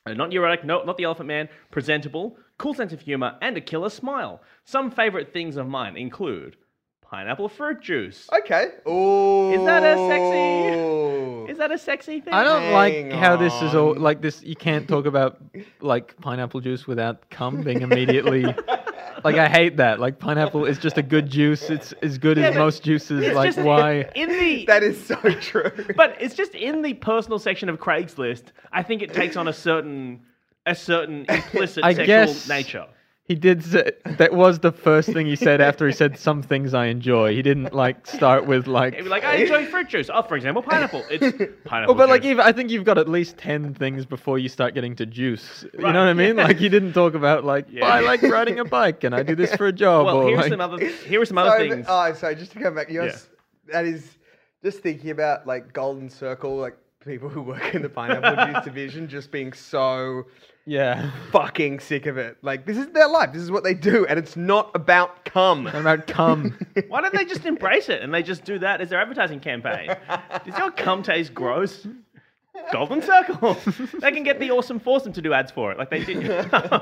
Uh, Not neurotic, no, not the Elephant Man. Presentable, cool sense of humor, and a killer smile. Some favorite things of mine include pineapple fruit juice. Okay. Oh. Is that a sexy- Is that a sexy thing? I don't like Hang how this is all on. like this. You can't talk about like pineapple juice without cum being immediately. like I hate that. Like pineapple is just a good juice. It's as good Yeah, as but most juices. It's like just why? in the That is so true. but it's just in the personal section of Craigslist. I think it takes on a certain a certain implicit I sexual guess- nature. He did. Say, that was the first thing he said after he said some things I enjoy. He didn't like start with like. It'd be like, I enjoy fruit juice. Oh, for example, pineapple. It's pineapple. Well, Oh, but like, juice. even, I think you've got at least ten things before you start getting to juice. You Right, know what I mean? yeah. Like, you didn't talk about like Yeah. I like riding a bike and I do this for a job. well, or, here's like, some other here are some other Sorry, but- things. oh, sorry, just to come back. You're, s- That is just thinking about like Golden Circle, like people who work in the pineapple juice division, just being so yeah. fucking sick of it. Like this is their life. This is what they do, and it's not about cum. What about cum? Why don't they just embrace it and they just do that as their advertising campaign? Does your cum taste gross? Golden Circle. they can get the awesome foursome to do ads for it, like they did. All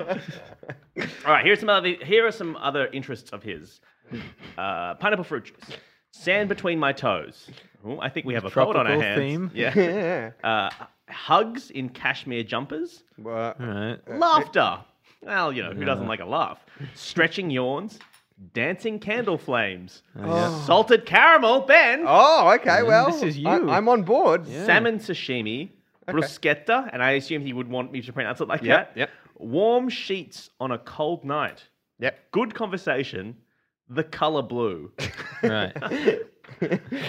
right, here's some other. Here are some other interests of his: uh, pineapple fruit juice, sand between my toes. Ooh, I think we have a cold on our Tropical hands. theme. Yeah. yeah. Uh, hugs in cashmere jumpers. Well, All right. Laughter. Well, you know, who doesn't like a laugh? Stretching yawns, dancing candle flames, Oh, salted caramel, Ben, oh, okay. Well, Mm, this is you. I, am on board. salmon sashimi, bruschetta, and I assume he would want me to pronounce it like Yep, that. yep. Warm sheets on a cold night. Yep. Good conversation. The color blue. Right.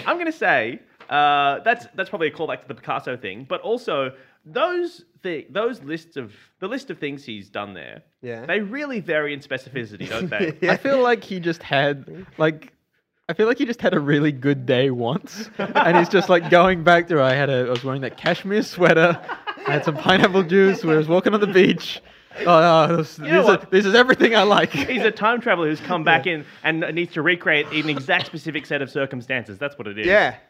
I'm gonna say uh, that's that's probably a callback to the Picasso thing, but also those thi- those lists of the list of things he's done there. Yeah. They really vary in specificity, don't they? I feel like he just had like I feel like he just had a really good day once, and he's just like going back to I had a I was wearing that cashmere sweater, I had some pineapple juice, we was walking on the beach. Oh, no, this, know these are, what? this is everything I like. He's a time traveler who's come back in and needs to recreate an exact specific set of circumstances. That's what it is. Yeah.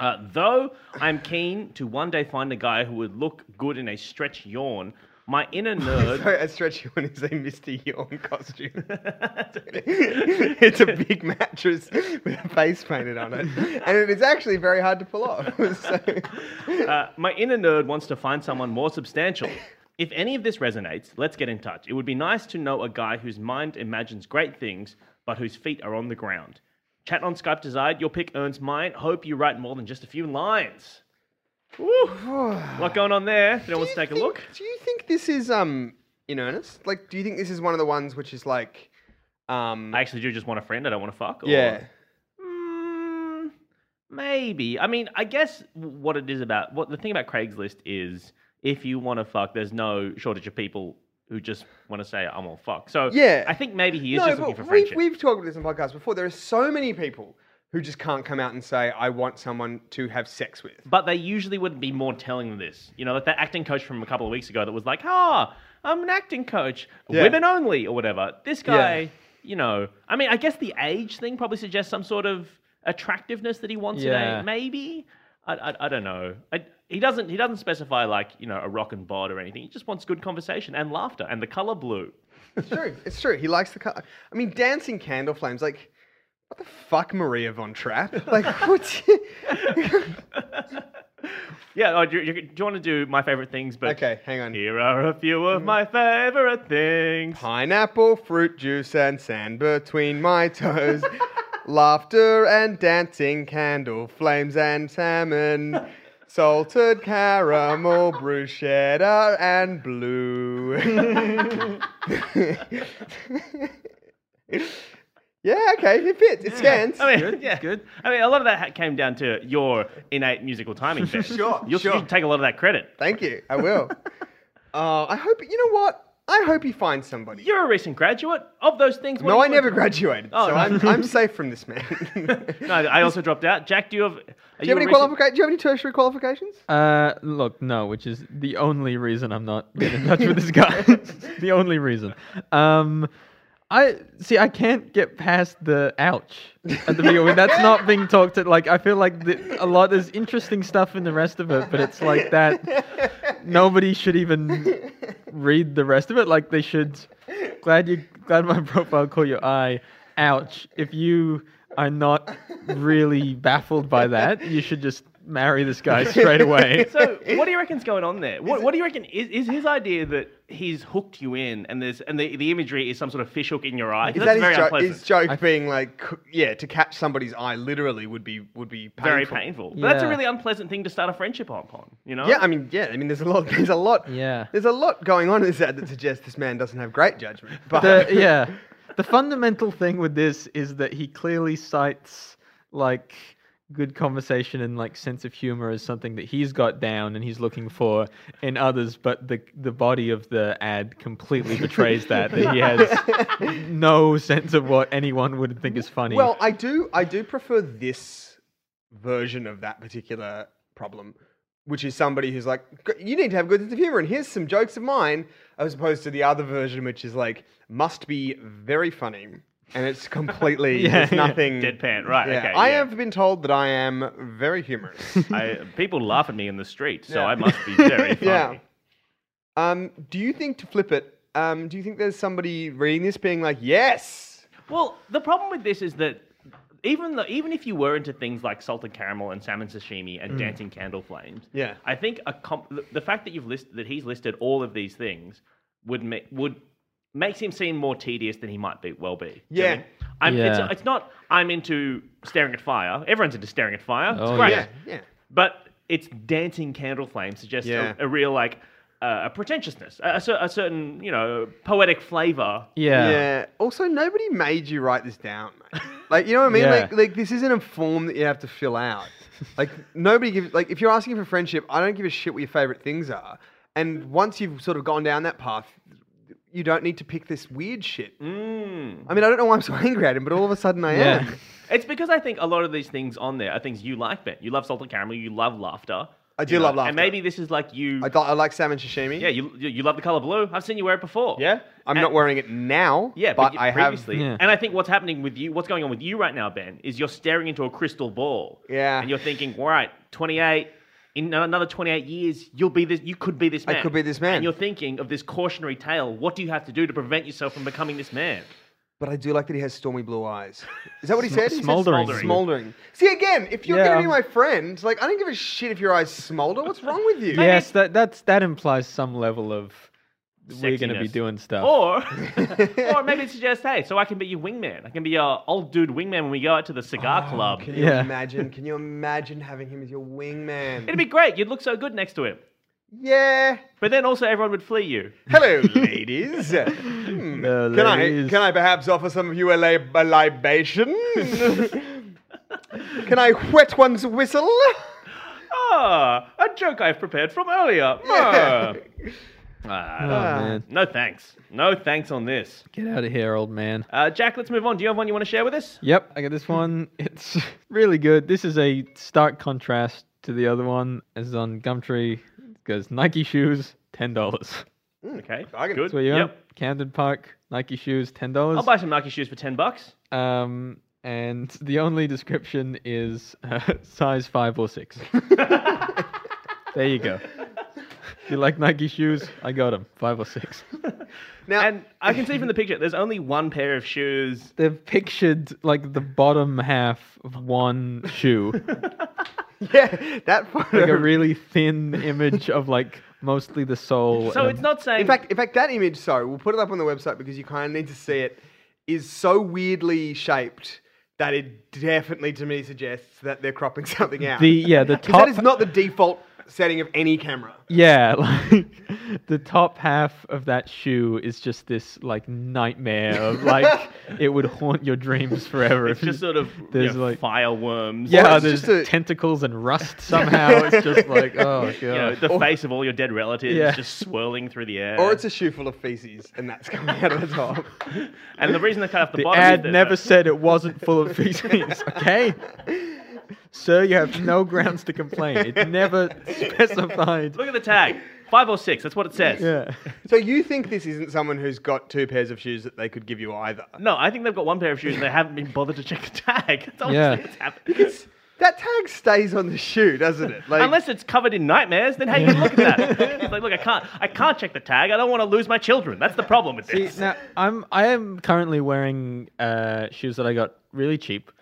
Uh, though I'm keen to one day find a guy who would look good in a stretch yawn, My inner nerd. Sorry, I stretch you when you say Mr. Yawn costume. it's a big mattress with a face painted on it, and it is actually very hard to pull off. so, Uh, my inner nerd wants to find someone more substantial. If any of this resonates, let's get in touch. It would be nice to know a guy whose mind imagines great things, but whose feet are on the ground. Chat on Skype desired. Your pick earns mine. Hope you write more than just a few lines. Woo. Lot going on there. If anyone wants to Do you take a think- look. Do you think this is um in earnest? Like, do you think this is one of the ones which is like, um, I actually do just want a friend. I don't want to fuck. Or, yeah, Mm, maybe. I mean, I guess what it is about what the thing about Craigslist is if you want to fuck, there's no shortage of people who just want to say I'm all fuck. So Yeah. I think maybe he is just looking for we've, friendship. we've talked about this on podcasts before. There are so many people who just can't come out and say, I want someone to have sex with. But they usually would be more telling than this. You know, like that acting coach from a couple of weeks ago that was like, "Ah, I'm an acting coach, Yeah. women only, or whatever." This Yeah. guy, you know, I mean, I guess the age thing probably suggests some sort of attractiveness that he wants in Yeah. a maybe. I, I, I don't know. I, he doesn't he doesn't specify like you know a rock and bod or anything. He just wants good conversation and laughter and the color blue. It's true. It's true. He likes the color. I mean, dancing candle flames. Like, what the fuck, Maria von Trapp? Like, what? Yeah. Oh, do, you, do you want to do my favorite things? But okay, Mm-hmm. hang on. Here are a few of my favorite things. Pineapple, fruit juice, and sand between my toes. Laughter and dancing candle flames and salmon. Salted caramel, bruschetta, and blue. yeah, okay, it fits. It scans. I mean, Good, yeah. good. I mean, a lot of that ha- came down to your innate musical timing. Ben. Sure, You'll, sure. You should take a lot of that credit. Thank you. I will. uh, I hope you know what. I hope he finds somebody. You're a recent graduate of those things. what no, do I you- never graduated, Oh, so no. I'm, I'm safe from this man. No, I also dropped out. Jack, do you have? Do Do you have any qualifica- Do you have any tertiary qualifications? Uh, look, no, which is the only reason I'm not getting in touch with this guy. the only reason. Um, I see. I can't get past the ouch at the beginning. That's not being talked at. Like, I feel like the, a lot. There's interesting stuff in the rest of it, but it's like that. Nobody should even read the rest of it. Like, they should. Glad you. Glad my profile caught your eye. Ouch. If you are not really baffled by that, you should just marry this guy straight away. So, what do you reckon's going on there? What, what do you reckon is, is his idea that he's hooked you in, and there's and the, the imagery is some sort of fish hook in your eye? 'Cause Is that that's his, very jo- unpleasant. his joke being like, c- yeah, to catch somebody's eye literally would be would be painful. very painful. But that's a Yeah. really unpleasant thing to start a friendship upon. You know? Yeah, I mean, yeah, I mean, there's a lot, there's a lot, Yeah. there's a lot going on in this ad that suggests this man doesn't have great judgment. But the, yeah. The fundamental thing with this is that he clearly cites like good conversation and like sense of humor as something that he's got down and he's looking for in others, but the the body of the ad completely betrays that that he has no sense of what anyone would think is funny. Well, I do I do prefer this version of that particular problem, which is somebody who's like, "G- you need to have good sense of humor, and here's some jokes of mine, as opposed to the other version, which is like, must be very funny, and it's completely Yeah, it's yeah. nothing Deadpan, right, Yeah. okay, I yeah. have been told that I am very humorous. I, people laugh at me in the street, so Yeah. I must be very funny. Yeah. um, do you think to flip it? Um, do you think there's somebody reading this being like, yes? Well, the problem with this is that even though, even if you were into things like salted caramel and salmon sashimi and dancing candle flames, Mm. Yeah. I think a comp- the- the fact that you've listed that he's listed all of these things would make would makes him seem more tedious than he might be well be. Do you know what I Yeah. mean? I'm, Yeah. It's, it's not. I'm into staring at fire. Everyone's into staring at fire. It's Oh, great. Yeah, yeah. But it's dancing candle flame suggests Yeah. a, a real like uh, a pretentiousness, a, a cer- a certain you know poetic flavor. yeah. Yeah. Also, nobody made you write this down, mate. Like, you know what I mean? Yeah. Like, like this isn't a form that you have to fill out. Like, nobody gives. Like, if you're asking for friendship, I don't give a shit what your favorite things are. And once you've sort of gone down that path, you don't need to pick this weird shit. Mm. I mean, I don't know why I'm so angry at him, but all of a sudden I Yeah. am. It's because I think a lot of these things on there are things you like, Ben. You love salted caramel. You love laughter. I you do love And laughter. maybe this is like you. I, do- I like salmon sashimi. yeah, you you you love the color blue. I've seen you wear it before. I'm And- not wearing it now. Yeah, but, but, you- I previously. have. Yeah. And I think what's happening with you, what's going on with you right now, Ben, is you're staring into a crystal ball. Yeah. And you're thinking, all right, 28, in another 28 years, you'll be this. You could be this I man. could be this man. And you're thinking of this cautionary tale. What do you have to do to prevent yourself from becoming this man? But I do like that he has stormy blue eyes. Is that what he said? He said smoldering. smoldering. Smoldering. See again, if you're gonna Yeah. be my friend, like I don't give a shit if your eyes smolder. What's wrong with you? Yes, that that's that implies some level of we're going to be Sexiness. doing stuff. Or, or maybe it's just hey, so I can be your wingman. I can be your old dude wingman when we go out to the cigar Oh, club. Can you Yeah. imagine? Can you imagine having him as your wingman? It'd be great. You'd look so good next to him. yeah. But then also everyone would flee you. Hello, ladies. Hmm. No, Can I ladies. can I perhaps offer some of you a, lib- a libation? can I wet one's whistle? Ah, a joke I've prepared from earlier. Ah. Oh, Ah, man. no thanks. No thanks on this. Get out of here, old man. Uh, Jack, let's move on. Do you have one you want to share with us? Yep, I got this one. It's really good. This is a stark contrast to the other one. As on Gumtree, it goes Nike shoes, ten dollars. Hmm, Okay. I can- Good. That's where you yep. are. Camden Park, Nike shoes, ten I'll dollars. buy some Nike shoes for ten bucks. Um, and the only description is uh, size five or six. there you go. You like Nike shoes? I got them. Five or six. Now, And I can see from the picture, there's only one pair of shoes. They've pictured like the bottom half of one shoe, yeah, that photo. like a really thin image of like mostly the sole. So and a- it's not saying. In fact, in fact, that image. Sorry, we'll put it up on the website because you kind of need to see it. Is so weirdly shaped that it definitely, to me, suggests that they're cropping something out. the yeah the 'Cause top. that is not the default setting of any camera. Yeah, like the top half of that shoe is just this like nightmare of like it would haunt your dreams forever. it's if you- just sort of there's, you know, like- fireworms. yeah, Or it's there's just a- tentacles and rust somehow. it's just like oh god. You know, the face of all your dead relatives Yeah. just swirling through the air. Or it's a shoe full of feces, and that's coming out of the top. and the reason they cut off the, the bottom ad is that- never said it wasn't full of feces. Okay, sir, you have no grounds to complain. It never specified. Look at the tag. Five or six. That's what it says. Yeah. So you think this isn't someone who's got two pairs of shoes that they could give you either? No, I think they've got one pair of shoes and they haven't been bothered to check the tag. That's obviously Yeah. what's happened. That tag stays on the shoe, doesn't it? Like, Unless it's covered in nightmares, then how you gonna look at that? It's like, look, I can't, I can't check the tag. I don't want to lose my children. That's the problem with See, this. now I'm I am currently wearing uh, shoes that I got really cheap,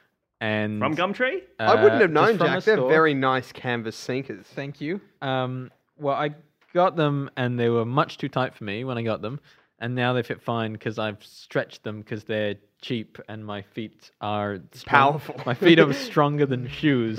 and From Gumtree? I wouldn't uh, have just known, from a Jack. They're store. very nice canvas sneakers. Thank you. Um, well, I got them and they were much too tight for me when I got them, and now they fit fine because I've stretched them because they're cheap and my feet are strong- Powerful. My feet are stronger than shoes,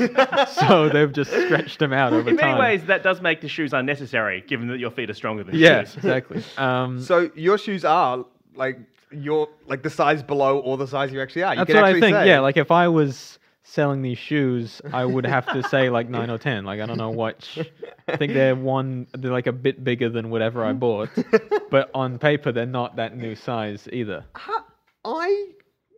so they've just stretched them out over In time. many ways, that does make the shoes unnecessary, given that your feet are stronger than yeah, shoes. exactly. Um, So your shoes are like your like the size below or the size you actually are. You that's can what I actually think. say- Yeah, like if I was selling these shoes, I would have to say like nine or ten. Like I don't know which. I think they're one. They're like a bit bigger than whatever I bought, but on paper they're not that new size either. Ha- I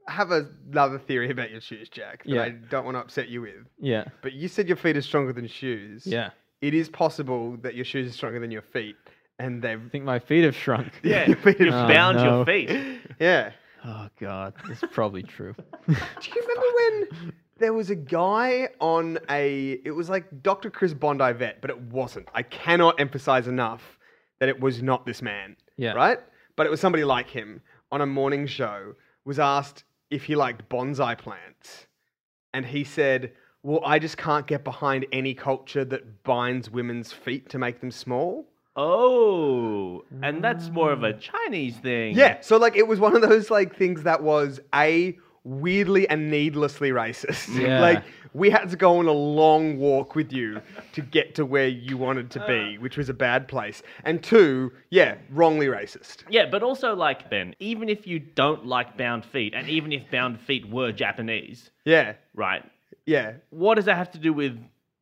have a- another theory about your shoes, Jack. That Yeah. I don't want to upset you with. Yeah. But you said your feet are stronger than shoes. Yeah. It is possible that your shoes are stronger than your feet, and they've I think my feet have shrunk. Yeah, Your you've feet are stronger. bound Oh, no. your feet. Yeah. Oh God, it's probably true. Do you remember when there was a guy on a? It was like Dr. Chris Bondi vet, but it wasn't. I cannot emphasize enough that it was not this man. Yeah. Right. But it was somebody like him on a morning show was asked if he liked bonsai plants, and he said. Well, I just can't get behind any culture that binds women's feet to make them small. Oh, and that's more of a Mm. Chinese thing. Yeah, so like it was one of those like things that was a weirdly and needlessly racist. Yeah. Like we had to go on a long walk with you to get to where you wanted to be, Uh. which was a bad place. And two, yeah, wrongly racist. Yeah, but also like Ben, even if you don't like bound feet, and even if bound feet were Japanese, Yeah, right? yeah. What does that have to do with?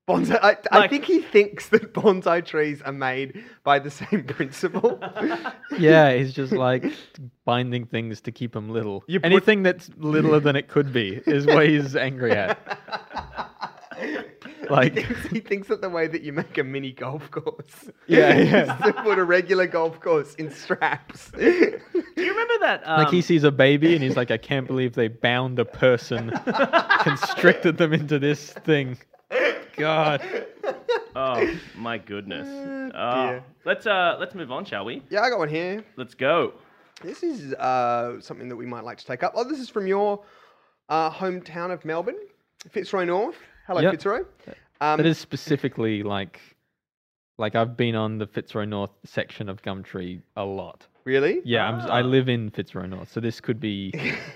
Bonsai. I, I Like- think he thinks that bonsai trees are made by the same principle. Yeah, he's just like binding things to keep him little. You put- Anything that's littler than it could be is what he's angry at. he, Like, thinks, he thinks that the way that you make a mini golf course, Yeah, is yeah. to put a regular golf course in straps. Do you remember that? Um, like he sees a baby and he's like, I can't believe they bound a person, constricted them into this thing. God. Oh my goodness. Oh, Ah, dear. let's uh let's move on, shall we? Yeah, I got one here. Let's go. This is uh, something that we might like to take up. Oh, this is from your uh, hometown of Melbourne, Fitzroy North. Hello, Yep. Fitzroy. Um, That is specifically like, like I've been on the Fitzroy North section of Gumtree a lot. really? Yeah, I'm, si Ah. live in Fitzroy North, so this could be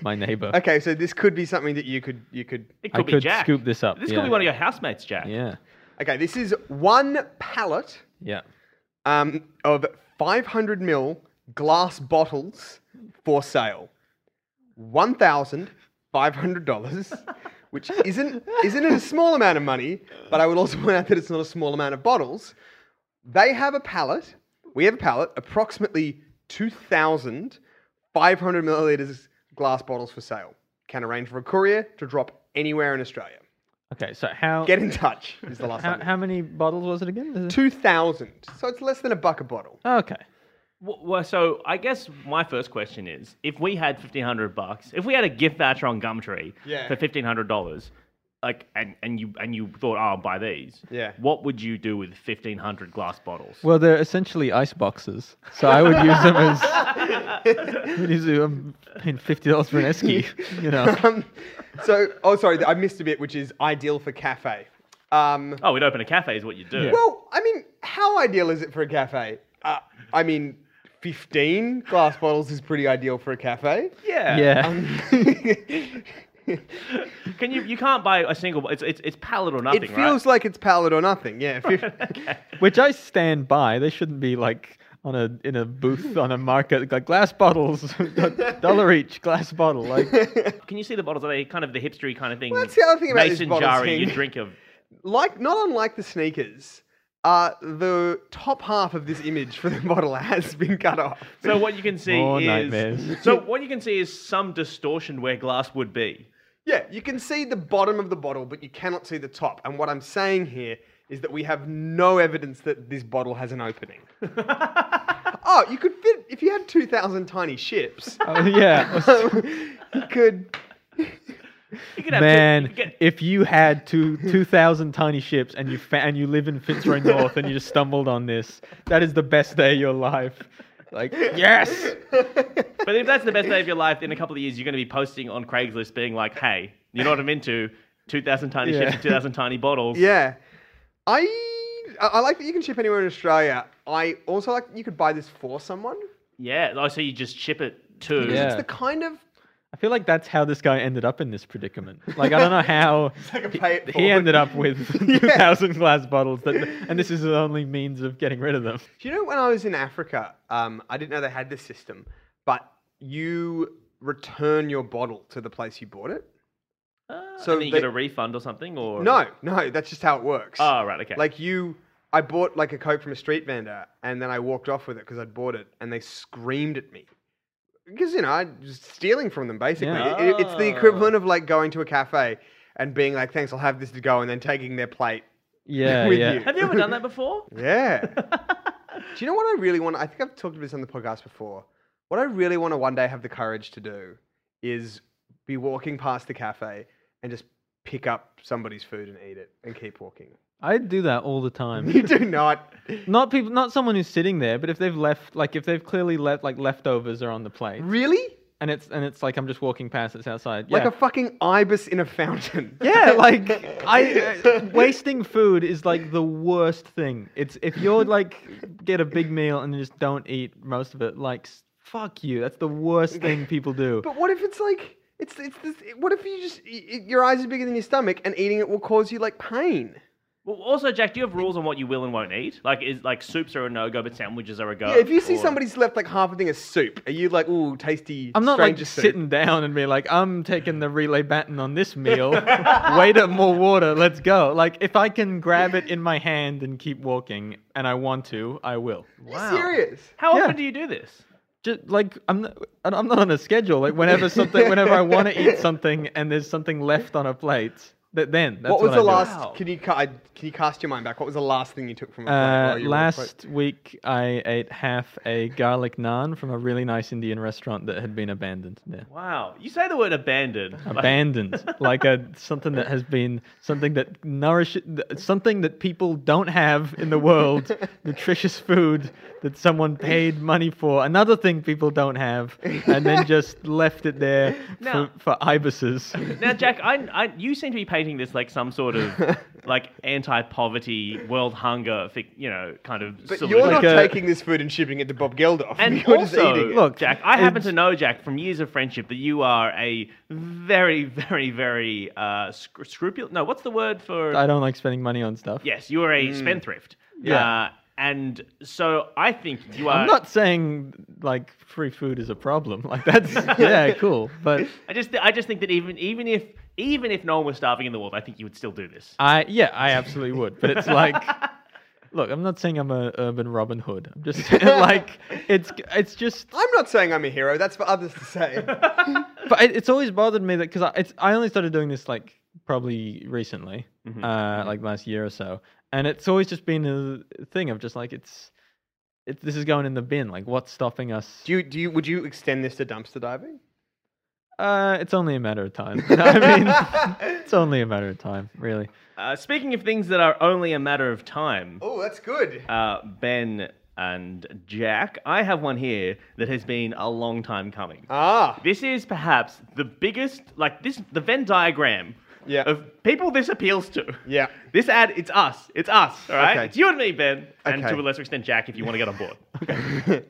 my neighbor. Okay, so this could be something that you could you could. It could I be could Jack. scoop this up. This yeah. could be one of your housemates, Jack. Yeah, Okay, this is one pallet yeah. um, of 500 mil glass bottles for sale. One thousand five hundred dollars, which isn't isn't a small amount of money, but I would also point out that it's not a small amount of bottles. They have a pallet. We have a pallet, approximately two thousand five hundred milliliters glass bottles for sale. Can arrange for a courier to drop anywhere in Australia. Okay, so how Get in touch is the last how, one. how many bottles was it again? Is it- Oh, Two thousand, so it's less than a buck a bottle. Okay. W- Well, so I guess my first question is, if we had fifteen hundred bucks, if we had a gift voucher on Gumtree Yeah. for fifteen hundred dollars, like, and, and you and you thought, oh, I'll buy these. Yeah. What would you do with fifteen hundred glass bottles? Well, they're essentially ice boxes, so I would use them as. I would use them- I'm paying fifty dollars for an esky, you know. um, so, oh, sorry, I missed a bit, which is ideal for cafe. Um, oh, we'd open a cafe, is what you'd do. Yeah. well, I mean, how ideal is it for a cafe? Uh, I mean, 15 glass bottles is pretty ideal for a cafe. yeah. Yeah. Um, Can you? You can't buy a single. It's it's it's pallet or nothing, it feels like it's pallet or nothing. Yeah. fif- right? okay. Which I stand by. They shouldn't be like on a in a booth on a market like glass bottles, dollar each glass bottle. Like Can you see the bottles? Are they kind of the hipstery kind of thing? Well, that's the other thing about this Mason bottle jar thing. you drink of. like, not unlike the sneakers, uh, the top half of this image for the bottle has been cut off. So what you can see More is nightmares. so what you can see is some distortion where glass would be. Yeah, you can see the bottom of the bottle, but you cannot see the top. And what I'm saying here is that we have no evidence that this bottle has an opening. oh, you could fit if you had 2,000 tiny ships. oh, yeah, you could. You could have two- you man. could get- If you had two two thousand tiny ships and you fa- and you live in Fitzroy North and you just stumbled on this, that is the best day of your life. Like yes, but if that's the best day of your life, in a couple of years you're going to be posting on Craigslist, being like, "Hey, you know what I'm into? Two thousand tiny Yeah. ships, two thousand tiny bottles." Yeah, I I I like that you can ship anywhere in Australia. I also like that you could buy this for someone. Yeah. Oh, so you just ship it to. Yeah. It's the kind of I feel like that's how this guy ended up in this predicament. Like I don't know how like a pay it he forward. ended up with two thousand glass bottles, that, and this is the only means of getting rid of them. Do you know when I was in Africa, um, I didn't know they had this system, but you return your bottle to the place you bought it. Ah, So and then you they- get a refund or something, or No, no, that's just how it works. Oh, right. Okay. Like you, I bought like a coke from a street vendor, and then I walked off with it because I'd bought it, and they screamed at me because you know I was stealing from them basically. Yeah. It- it- it's the Ah. equivalent of like going to a cafe and being like, "Thanks, I'll have this to go," and then taking their plate. Yeah, With yeah. you. have you ever done that before? Yeah. Do you know what I really want? I think I've talked about this on the podcast before. What I really want to one day have the courage to do is be walking past the cafe and just pick up somebody's food and eat it and keep walking. I do that all the time. You do not. not people, not someone who's sitting there, but if they've left, like if they've clearly left, like leftovers are on the plate, Really? and it's and it's like I'm just walking past, it's outside. Like yeah. a fucking ibis in a fountain. yeah, like I uh, wasting food is like the worst thing. It's if you're like get a big meal and you just don't eat most of it, like s- fuck you. That's the worst thing people do. But what if it's like it's it's this, what if you just y- y- your eyes are bigger than your stomach and eating it will cause you like pain? Well, also, Jack, do you have rules on what you will and won't eat? Like, is like soups are a no go, but sandwiches are a go. Yeah, if you see or- somebody's left like half a thing of soup, are you like, ooh, tasty? I'm not like stranger soup? sitting down and being like, I'm taking the relay baton on this meal. Waiter, more water. Let's go. Like, if I can grab it in my hand and keep walking, and I want to, I will. Are you serious? How Yeah. often do you do this? Just like I'm, not, and I'm not on a schedule. Like, whenever something, whenever I want to eat something, and there's something left on a plate, Th- then that's what was the when I do it. last? Wow. Can you ca- I- can you cast your mind back? What was the last thing you took from a flight? Uh, while you were on a flight? last week, I ate half a garlic naan from a really nice Indian restaurant that had been abandoned. Yeah. Wow. You say the word abandoned. like- Abandoned, like a something that has been something that nourish, th- something that people don't have in the world, nutritious food that someone paid money for, another thing people don't have, and then just left it there Now- for, for ibises. now, Jack, I, I, you seem to be painting this like some sort of like anti-poverty, world hunger, fic, you know, kind of. But solution. you're not Like uh, a- taking this food and shipping it to Bob Geldof. And you're also, just eating it. Look, Jack, I happen it's- to know, Jack, from years of friendship, that you are a very, very, very uh, scru- scrupulous. No, what's the word for? I don't like spending money on stuff. yes, you are a Mm. spendthrift. Yeah. Uh, and so I think you are. I'm not saying like free food is a problem. Like that's yeah, cool. But I just, I just think that even, even if, even if no one was starving in the world, I think you would still do this. I yeah, I absolutely would. But it's like look, I'm not saying I'm a urban Robin Hood. I'm just saying, like it's it's just I'm not saying I'm a hero. That's for others to say. but it, it's always bothered me that because I it's I only started doing this like probably recently, uh, like last year or so, and it's always just been a thing of just like it's. It, this is going in the bin. Like, what's stopping us? do you? Do you? Would you extend this to dumpster diving? Uh, it's only a matter of time. I mean, it's only a matter of time, really. Uh, speaking of things that are only a matter of time, Oh, that's good. uh, Ben and Jack, I have one here that has been a long time coming. ah, This is perhaps the biggest, like this, the Venn diagram Yeah. of people this appeals to. Yeah. This ad, it's us. It's us, all right? Okay. It's you and me, Ben, and Okay. to a lesser extent, Jack, if you want to get on board.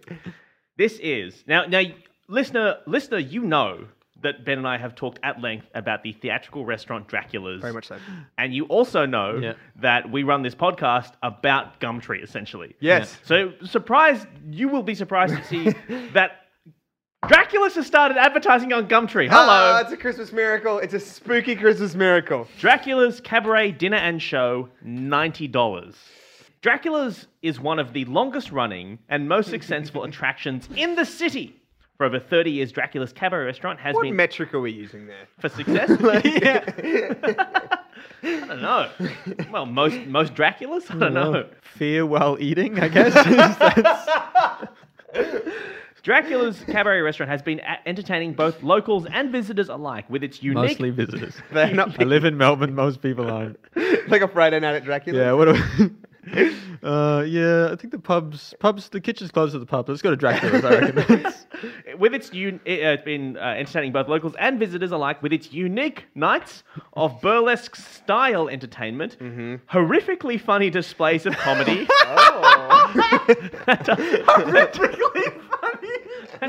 this is, now, now, listener, listener, you know that Ben and I have talked at length about the theatrical restaurant Dracula's. very much so. And you also know Yeah. that we run this podcast about Gumtree, essentially. Yes. So surprised you will be surprised to see that Draculus has started advertising on Gumtree. Hello. Ah, it's a Christmas miracle. It's a spooky Christmas miracle. Dracula's Cabaret Dinner and Show, $90. Dracula's is one of the longest running and most successful attractions in the city. For over 30 years, Dracula's Cabaret restaurant has What been metric are we using there? for success. I don't know. Well, most most Draculas, I don't know. Fear while eating, I guess. That's- Dracula's Cabaret restaurant has been a- entertaining both locals and visitors alike with its unique mostly visitors. They're not I live in Melbourne. Most people aren't. like a Friday night at Dracula. Yeah. What? Do we... Uh, yeah. I think the pubs, pubs, the kitchen's closed at the pub. Let's go to Dracula's. I reckon. with its un- it, uh, it's been uh, entertaining both locals and visitors alike with its unique nights of burlesque style entertainment, Mm-hmm. horrifically funny displays of comedy. Oh. horrifically funny.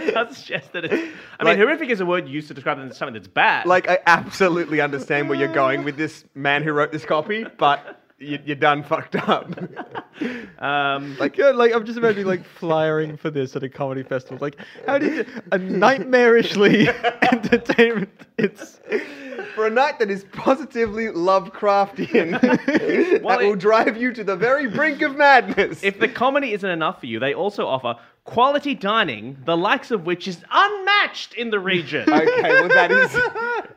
That does suggest that it's. I Like- mean, horrific is a word used to describe something that's bad. Like I absolutely understand where you're going with this man who wrote this copy, but you, you're done fucked up. um, like, yeah, like I'm just imagining like flyering for this at a comedy festival. Like, how do you a nightmarishly entertainment? It's For a night that is positively Lovecraftian, Well, that it- will drive you to the very brink of madness. if the comedy isn't enough for you, they also offer quality dining, the likes of which is unmatched in the region. okay, well that is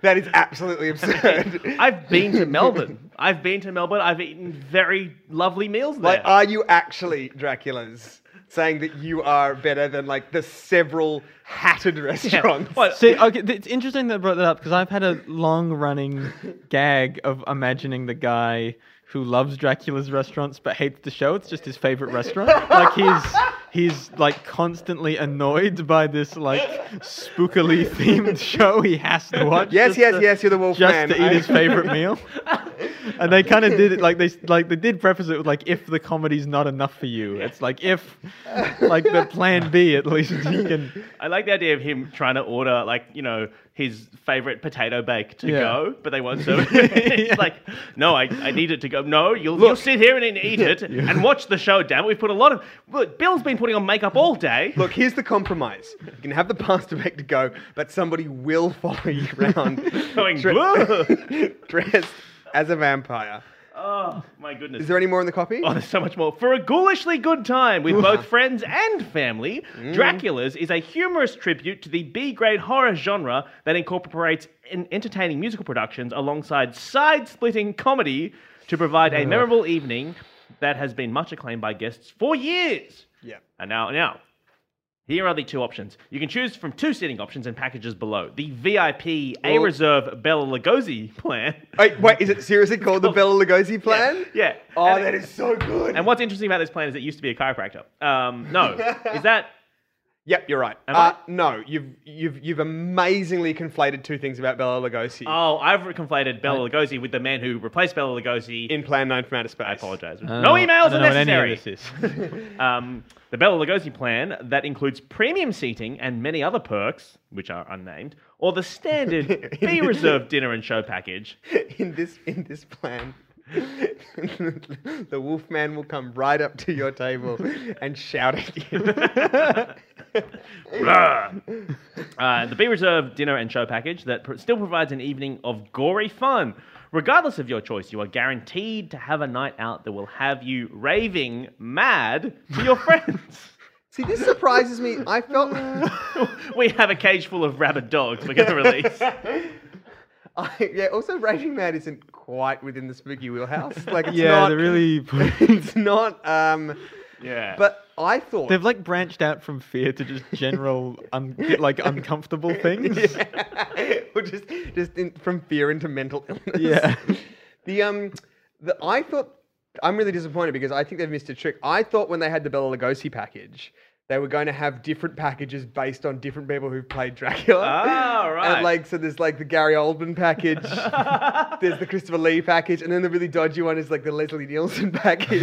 that is absolutely absurd. I've been to Melbourne. I've been to Melbourne. I've eaten very lovely meals there. Like, are you actually Dracula's? Saying that you are better than like the several hatted restaurants. What? See, okay, th- it's interesting that I brought that up because I've had a long-running gag of imagining the guy who loves Dracula's restaurants but hates the show. It's just his favorite restaurant. Like he's he's like constantly annoyed by this like spookily themed show he has to watch. Yes, just yes, to- yes, you're the wolf Just man. to eat I- his favorite meal. And they kind of did it like they s- like they did preface it with like if the comedy's not enough for you. It's like if like the plan B at least you can I like the idea of him trying to order, like, you know, his favorite potato bake to Yeah. go, but they won't serve it. It's Yeah. like, no, I, I need it to go. No, you'll, you'll sit here and eat it and watch the show, damn it. We've put a lot of. Look, Bill's been putting on makeup all day. Look, here's the compromise. You can have the pasta bake to go, but somebody will follow you around Going, dre- "Whoa." dressed as a vampire. Oh my goodness. Is there any more in the copy? Oh, there's so much more. For a ghoulishly good time with both friends and family, Mm. Dracula's is a humorous tribute to the B grade horror genre that incorporates en- entertaining musical productions alongside side splitting comedy to provide a memorable evening that has been much acclaimed by guests for years. Yeah. And now, now, here are the two options. You can choose from two seating options and packages below. The VIP A Well- Reserve Bella Lugosi plan. Wait, wait, is it seriously called the Bella Lugosi plan? Yeah. Oh, And it- that is so good. and what's interesting about this plan is it used to be a chiropractor. Um, no, is that Yep, you're right. Am uh, I? No, you've you've you've amazingly conflated two things about Bella Lugosi Oh, I've conflated Bella Lugosi with the man who replaced Bella Lugosi. in Plan Nine from Outer Space. I apologize. I no don't know- emails I don't are know what any of necessary. um, the Bella Lugosi plan that includes premium seating and many other perks, which are unnamed, or the standard B reserved dinner and show package. In this in this plan. the wolfman will come right up to your table and shout at you. Blah. Uh, the B reserved dinner and show package that pr- still provides an evening of gory fun. Regardless of your choice, you are guaranteed to have a night out that will have you raving mad to your friends. See, this surprises me. I felt we have a cage full of rabid dogs we're going to release. I, yeah, also Raging Mad isn't quite within the spooky wheelhouse. Like it's yeah, not they're really. it's not um Yeah. but I thought They've like branched out from fear to just general, un- like uncomfortable things. or just just in, from fear into mental illness. Yeah. The um, the I thought I'm really disappointed because I think they've missed a trick. I thought when they had the Bella Lugosi package, they were going to have different packages based on different people who've played Dracula. Ah, right. And like so, there's like the Gary Oldman package. there's the Christopher Lee package, and then the really dodgy one is like the Leslie Nielsen package.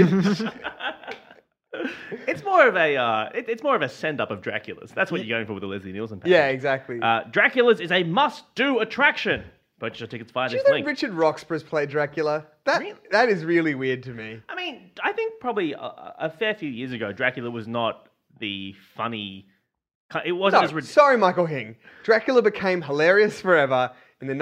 it's more of a uh, it- it's more of a send up of Dracula's. That's what you're going for with the Leslie Nielsen package. yeah, exactly. Uh, Dracula's is a must do attraction. Purchase your tickets via Do you this know link. Richard Roxburgh's played Dracula? That Really? that is really weird to me. I mean, I think probably a, a fair few years ago, Dracula was not the funny. ki- It wasn't No, as ridiculous. sorry, Michael Hing. Dracula became hilarious forever in the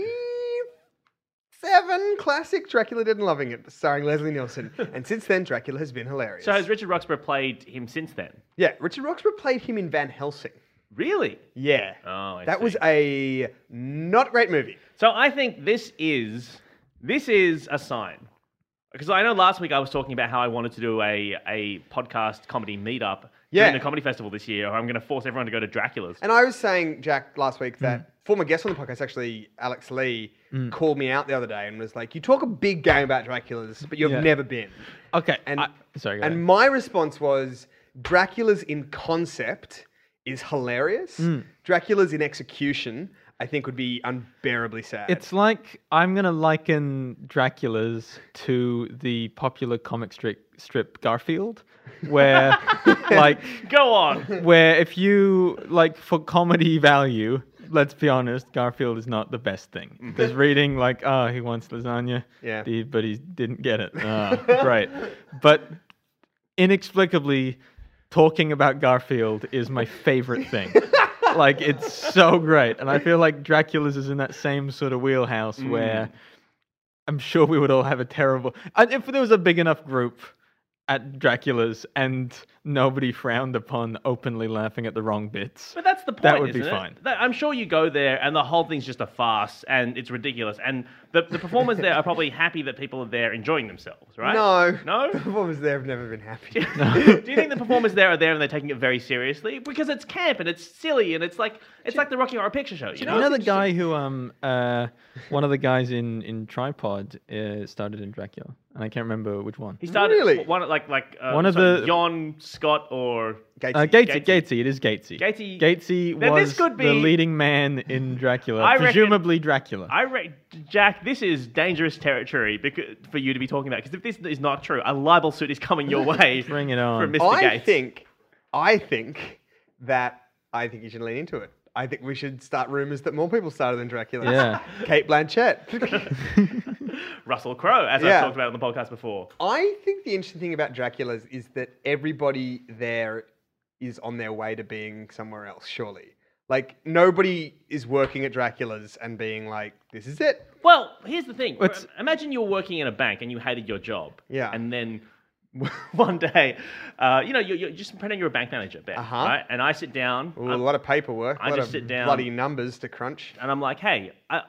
1997 classic Dracula Dead and Loving It, starring Leslie Nielsen. and since then, Dracula has been hilarious. So has Richard Roxburgh played him since then? yeah, Richard Roxburgh played him in Van Helsing. Really? Yeah. Oh, I that see. was a not great movie. So I think this is this is a sign. Because I know last week I was talking about how I wanted to do a, a podcast comedy meetup Yeah. during the comedy festival this year, or I'm going to force everyone to go to Dracula's. And I was saying, Jack, last week that Mm. former guest on the podcast, actually, Alex Lee, called me out the other day and was like, You talk a big game about Dracula's, but you've Yeah. never been. Okay, And I- sorry. go ahead. and my response was Dracula's in concept is hilarious. Hmm. Dracula's in execution, I think, would be unbearably sad. It's like I'm gonna liken Dracula's to the popular comic strip, strip Garfield, where like Go on. where if you like for comedy value, let's be honest, Garfield is not the best thing. There's reading like, oh, he wants lasagna, Yeah. the- but he didn't get it. Ah, right, but inexplicably, talking about Garfield is my favorite thing. like it's so great, and I feel like Dracula's is in that same sort of wheelhouse where I'm sure we would all have a terrible. And if there was a big enough group at Dracula's and nobody frowned upon openly laughing at the wrong bits. But that's the point. That would be isn't it? fine. That- I'm sure you go there and the whole thing's just a farce and it's ridiculous. And the, the performers there are probably happy that people are there enjoying themselves, right? no. No? The performers there have never been Do happy. you think the performers there are there and they're taking it very seriously? Because it's camp and it's silly and it's like it's like the Rocky Horror Picture Show, you You know? know the guy who um uh one of the guys in in Tripod uh, started in Dracula, and I can't remember which one. He started Really? one like like uh, One of sorry, the- Jon Scott or Gates- Uh, Gatesy, Gatesy. Gatesy, it is Gatesy. Gatesy- Gatesy Now, this was could the be- leading man in Dracula, I reckon- presumably Dracula. I re- Jack, this is dangerous territory because, for you to be talking about because if this is not true, a libel suit is coming your way. Bring it on. from Mr. I Gates. think, I think that I think you should lean into it. I think we should start rumors that more people started than Dracula. Yeah. Kate Blanchett. Russell Crowe, as Yeah. I've talked about on the podcast before. I think the interesting thing about Dracula's is that everybody there is on their way to being somewhere else, surely. Like nobody is working at Dracula's and being like, "This is it." Well, here's the thing. What's- Imagine you're working in a bank and you hated your job. Yeah. And then one day, uh, you know, you're, you're just pretending you're a bank manager, Ben. Uh-huh. Right? And I sit down. Ooh, a I'm- lot of paperwork. I a lot just of sit down. bloody numbers to crunch. and I'm like, hey, I,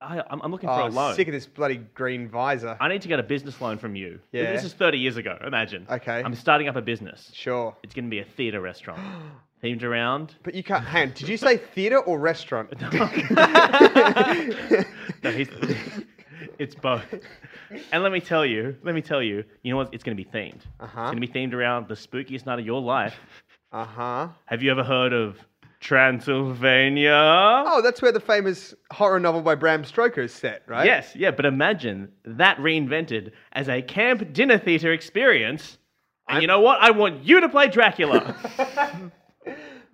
I, I'm I'm looking for Oh, a loan. sick of this bloody green visor. I need to get a business loan from you. Yeah. This is 30 years ago, imagine. Okay. I'm starting up a business. Sure. It's going to be a theater restaurant. Themed around. But you can't. Hang on, did you say theatre or restaurant? No, he's, it's both. And let me tell you, let me tell you, you know what? It's going to be themed. Uh-huh. It's going to be themed around the spookiest night of your life. Uh huh. Have you ever heard of Transylvania? Oh, that's where the famous horror novel by Bram Stoker is set, right? Yes, yeah, but imagine that reinvented as a camp dinner theater experience. And you know what? I want you to play Dracula.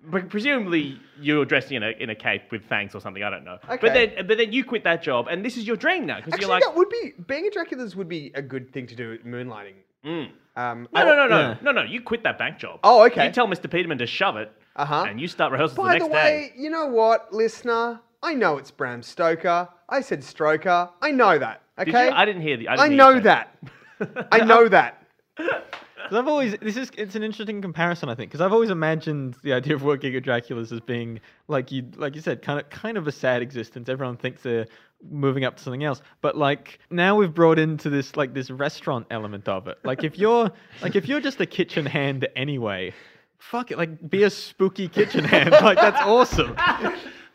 but presumably you're dressed in a in a cape with fangs or something. I don't know. But Okay. then but then you quit that job, and this is your dream now because Actually, you're like, that would be being a Dracula's would be a good thing to do. at Moonlighting. Um, Mm. no, no, no, no, Yeah. no, no. You quit that bank job. Oh, okay. You tell Mr. Peterman to shove it, Uh-huh. and you start rehearsals the By next the day. way, you know what, listener? I know it's Bram Stoker. I said Stroker. I know that. Okay. Did you? I didn't E hear the. I, I didn't hear you know say that. I know that. 'Cause I've always this is it's an interesting comparison I think because I've always imagined the idea of working at Dracula's as being like you like you said kind of kind of a sad existence. Everyone thinks they're moving up to something else, but like now we've brought into this like this restaurant element of it. Like if you're like if you're just a kitchen hand anyway, fuck it, like be a spooky kitchen hand. Like that's awesome.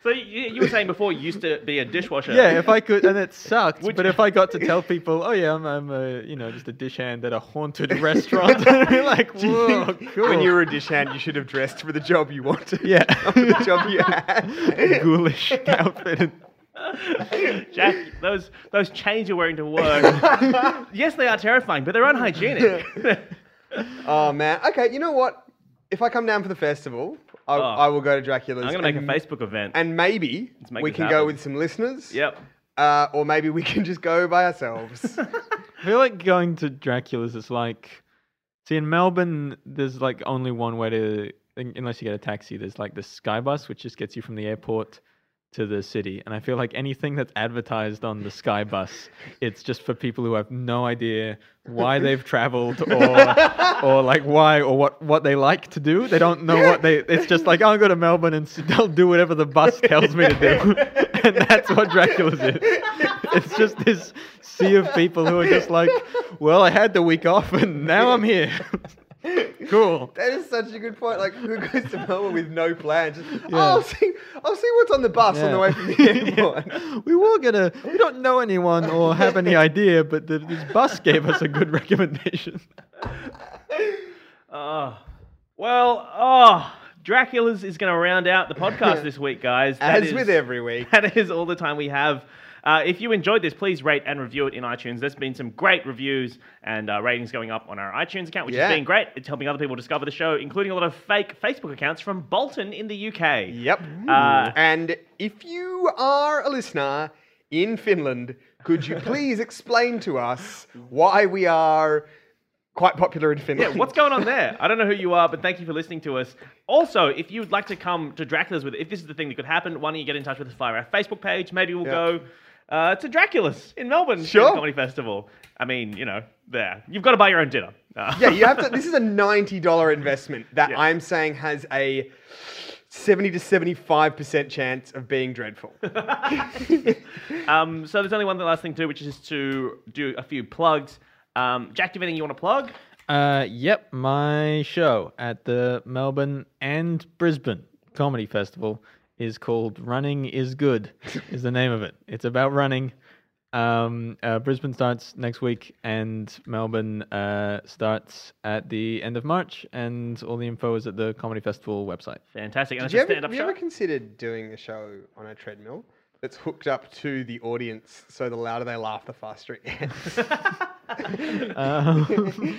So you, you were saying before you used to be a dishwasher. Yeah, if I could, and it sucked. Would but you- if I got to tell people, oh yeah, I'm, I'm a, you know just a dish hand at a haunted restaurant, I'd be like, Do you whoa, think cool. When you were a dish hand, you should have dressed for the job you wanted. Yeah. not for the job you had. ghoulish outfit. And, Jack, those those chains you're wearing to work. yes, they are terrifying, but they're unhygienic. Oh man. Okay. You know what? If I come down for the festival, I, Oh. I will go to Dracula's. I'm gonna make a and- Facebook event. And maybe make we this can go happen. with some listeners. yep. Uh, or maybe we can just go by ourselves. I feel like going to Dracula's is like, see, in Melbourne, there's like only one way to, un- unless you get a taxi, there's like the sky bus, which just gets you from the airport to the city. And I feel like anything that's advertised on the sky bus, it's just for people who have no idea why they've traveled or, or like why or what, what they like to do. They don't know what they, it's just like, "Oh, I'll go to Melbourne and s- they'll do whatever the bus tells me to do. and that's what Dracula's is. It's just this sea of people who are just like, well, I had the week off and now I'm here. cool. that is such a good point. Like, who goes to Melbourne with no plan? Just, "Oh, Yeah. I'll see. I'll see what's on the bus on the way from the Yeah. airport. we were gonna. We don't know anyone or have any idea, but the, this bus gave us a good recommendation. Oh. Well, oh, Dracula's is going to round out the podcast this week, guys. That As is- with every week. That is all the time we have. Uh, if you enjoyed this, please rate and review it in iTunes. There's been some great reviews and uh, ratings going up on our iTunes account, which Yeah. has been great. It's helping other people discover the show, including a lot of fake Facebook accounts from Bolton in the UK. Yep. Uh, and if you are a listener in Finland, could you please explain to us why we are quite popular in Yeah, Finland? what's going on there? I don't know who you are, but thank you for listening to us. Also, if you'd like to come to Dracula's with, if this is the thing that could happen, why don't you get in touch with us via our Facebook page? Maybe we'll Yeah. go uh, to Dracula's in Melbourne for Sure. the Comedy Festival. I mean, you know, there. You've got to buy your own dinner. Uh, yeah, you have to. This is a ninety dollar investment that Yeah. I'm saying has a seventy to seventy five percent chance of being dreadful. um, so there's only one last thing to do, which is to do a few plugs. Um, Jack, do you have anything you want to plug? Uh, yep, my show at the Melbourne and Brisbane Comedy Festival is called Running is Good, is the name of it. It's about running. Um, uh, Brisbane starts next week, and Melbourne uh, starts at the end of March, and all the info is at the Comedy Festival website. Fantastic. And Have you, it's a ever, stand-up have you show. ever considered doing a show on a treadmill that's hooked up to the audience? So the louder they laugh, the faster it gets. Um,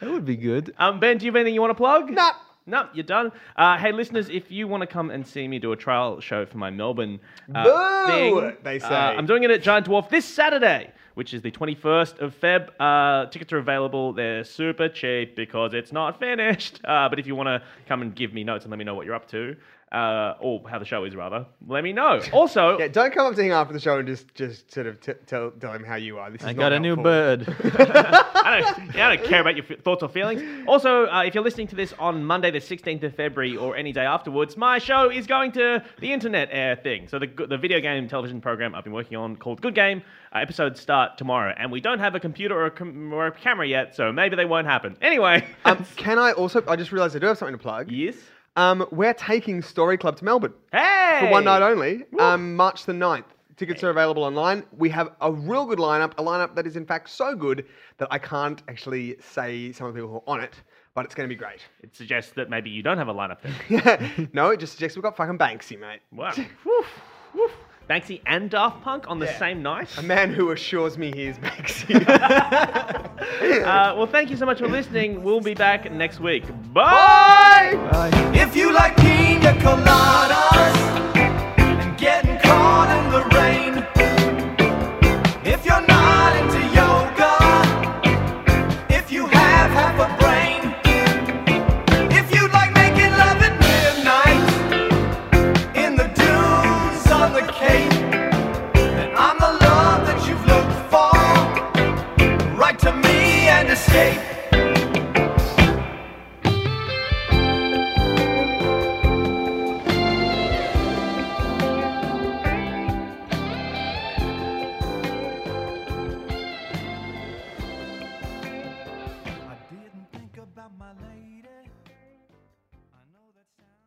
that would be good. Um, ben, do you have anything you want to plug? Nah. No, you're done. Uh, hey, listeners, if you want to come and see me do a trial show for my Melbourne uh, Boo, thing, they say. uh, I'm doing it at Giant Dwarf this Saturday, which is the 21st of Feb. Uh, tickets are available. They're super cheap because it's not finished. Uh, but if you want to come and give me notes and let me know what you're up to, uh, or how the show is rather, let me know. Also, Yeah, don't come up to him after the show and just just sort of t- tell tell him how you are. This is I not got a new helpful. bird. I don't, yeah, I don't care about your f- thoughts or feelings. Also, uh, if you're listening to this on Monday, the 16th of February, or any day afterwards, my show is going to the internet air thing. So, the, g- the video game television program I've been working on called Good Game, uh, episodes start tomorrow. And we don't have a computer or a, com- or a camera yet, so maybe they won't happen. Anyway. Um, can I also? I just realised I do have something to plug. yes. Um, we're taking Story Club to Melbourne Hey! for one night only, um, March the 9th. Tickets are available online. We have a real good lineup, a lineup that is in fact so good that I can't actually say some of the people who are on it, but it's going to be great. It suggests that maybe you don't have a lineup then. no, it just suggests we've got fucking Banksy, mate. Wow. woof, woof. Banksy and Daft Punk on the same night. A man who assures me he is Banksy. Uh, well, thank you so much for listening. We'll be back next week. Bye! If you like pina coladas and getting caught in the rain, if you're not into yoga, if you have half a brain, if you like making love at midnight in the dunes on the cape, then I'm the love that you've looked for. Write to me and escape. I didn't think about my lady. I know that sounds.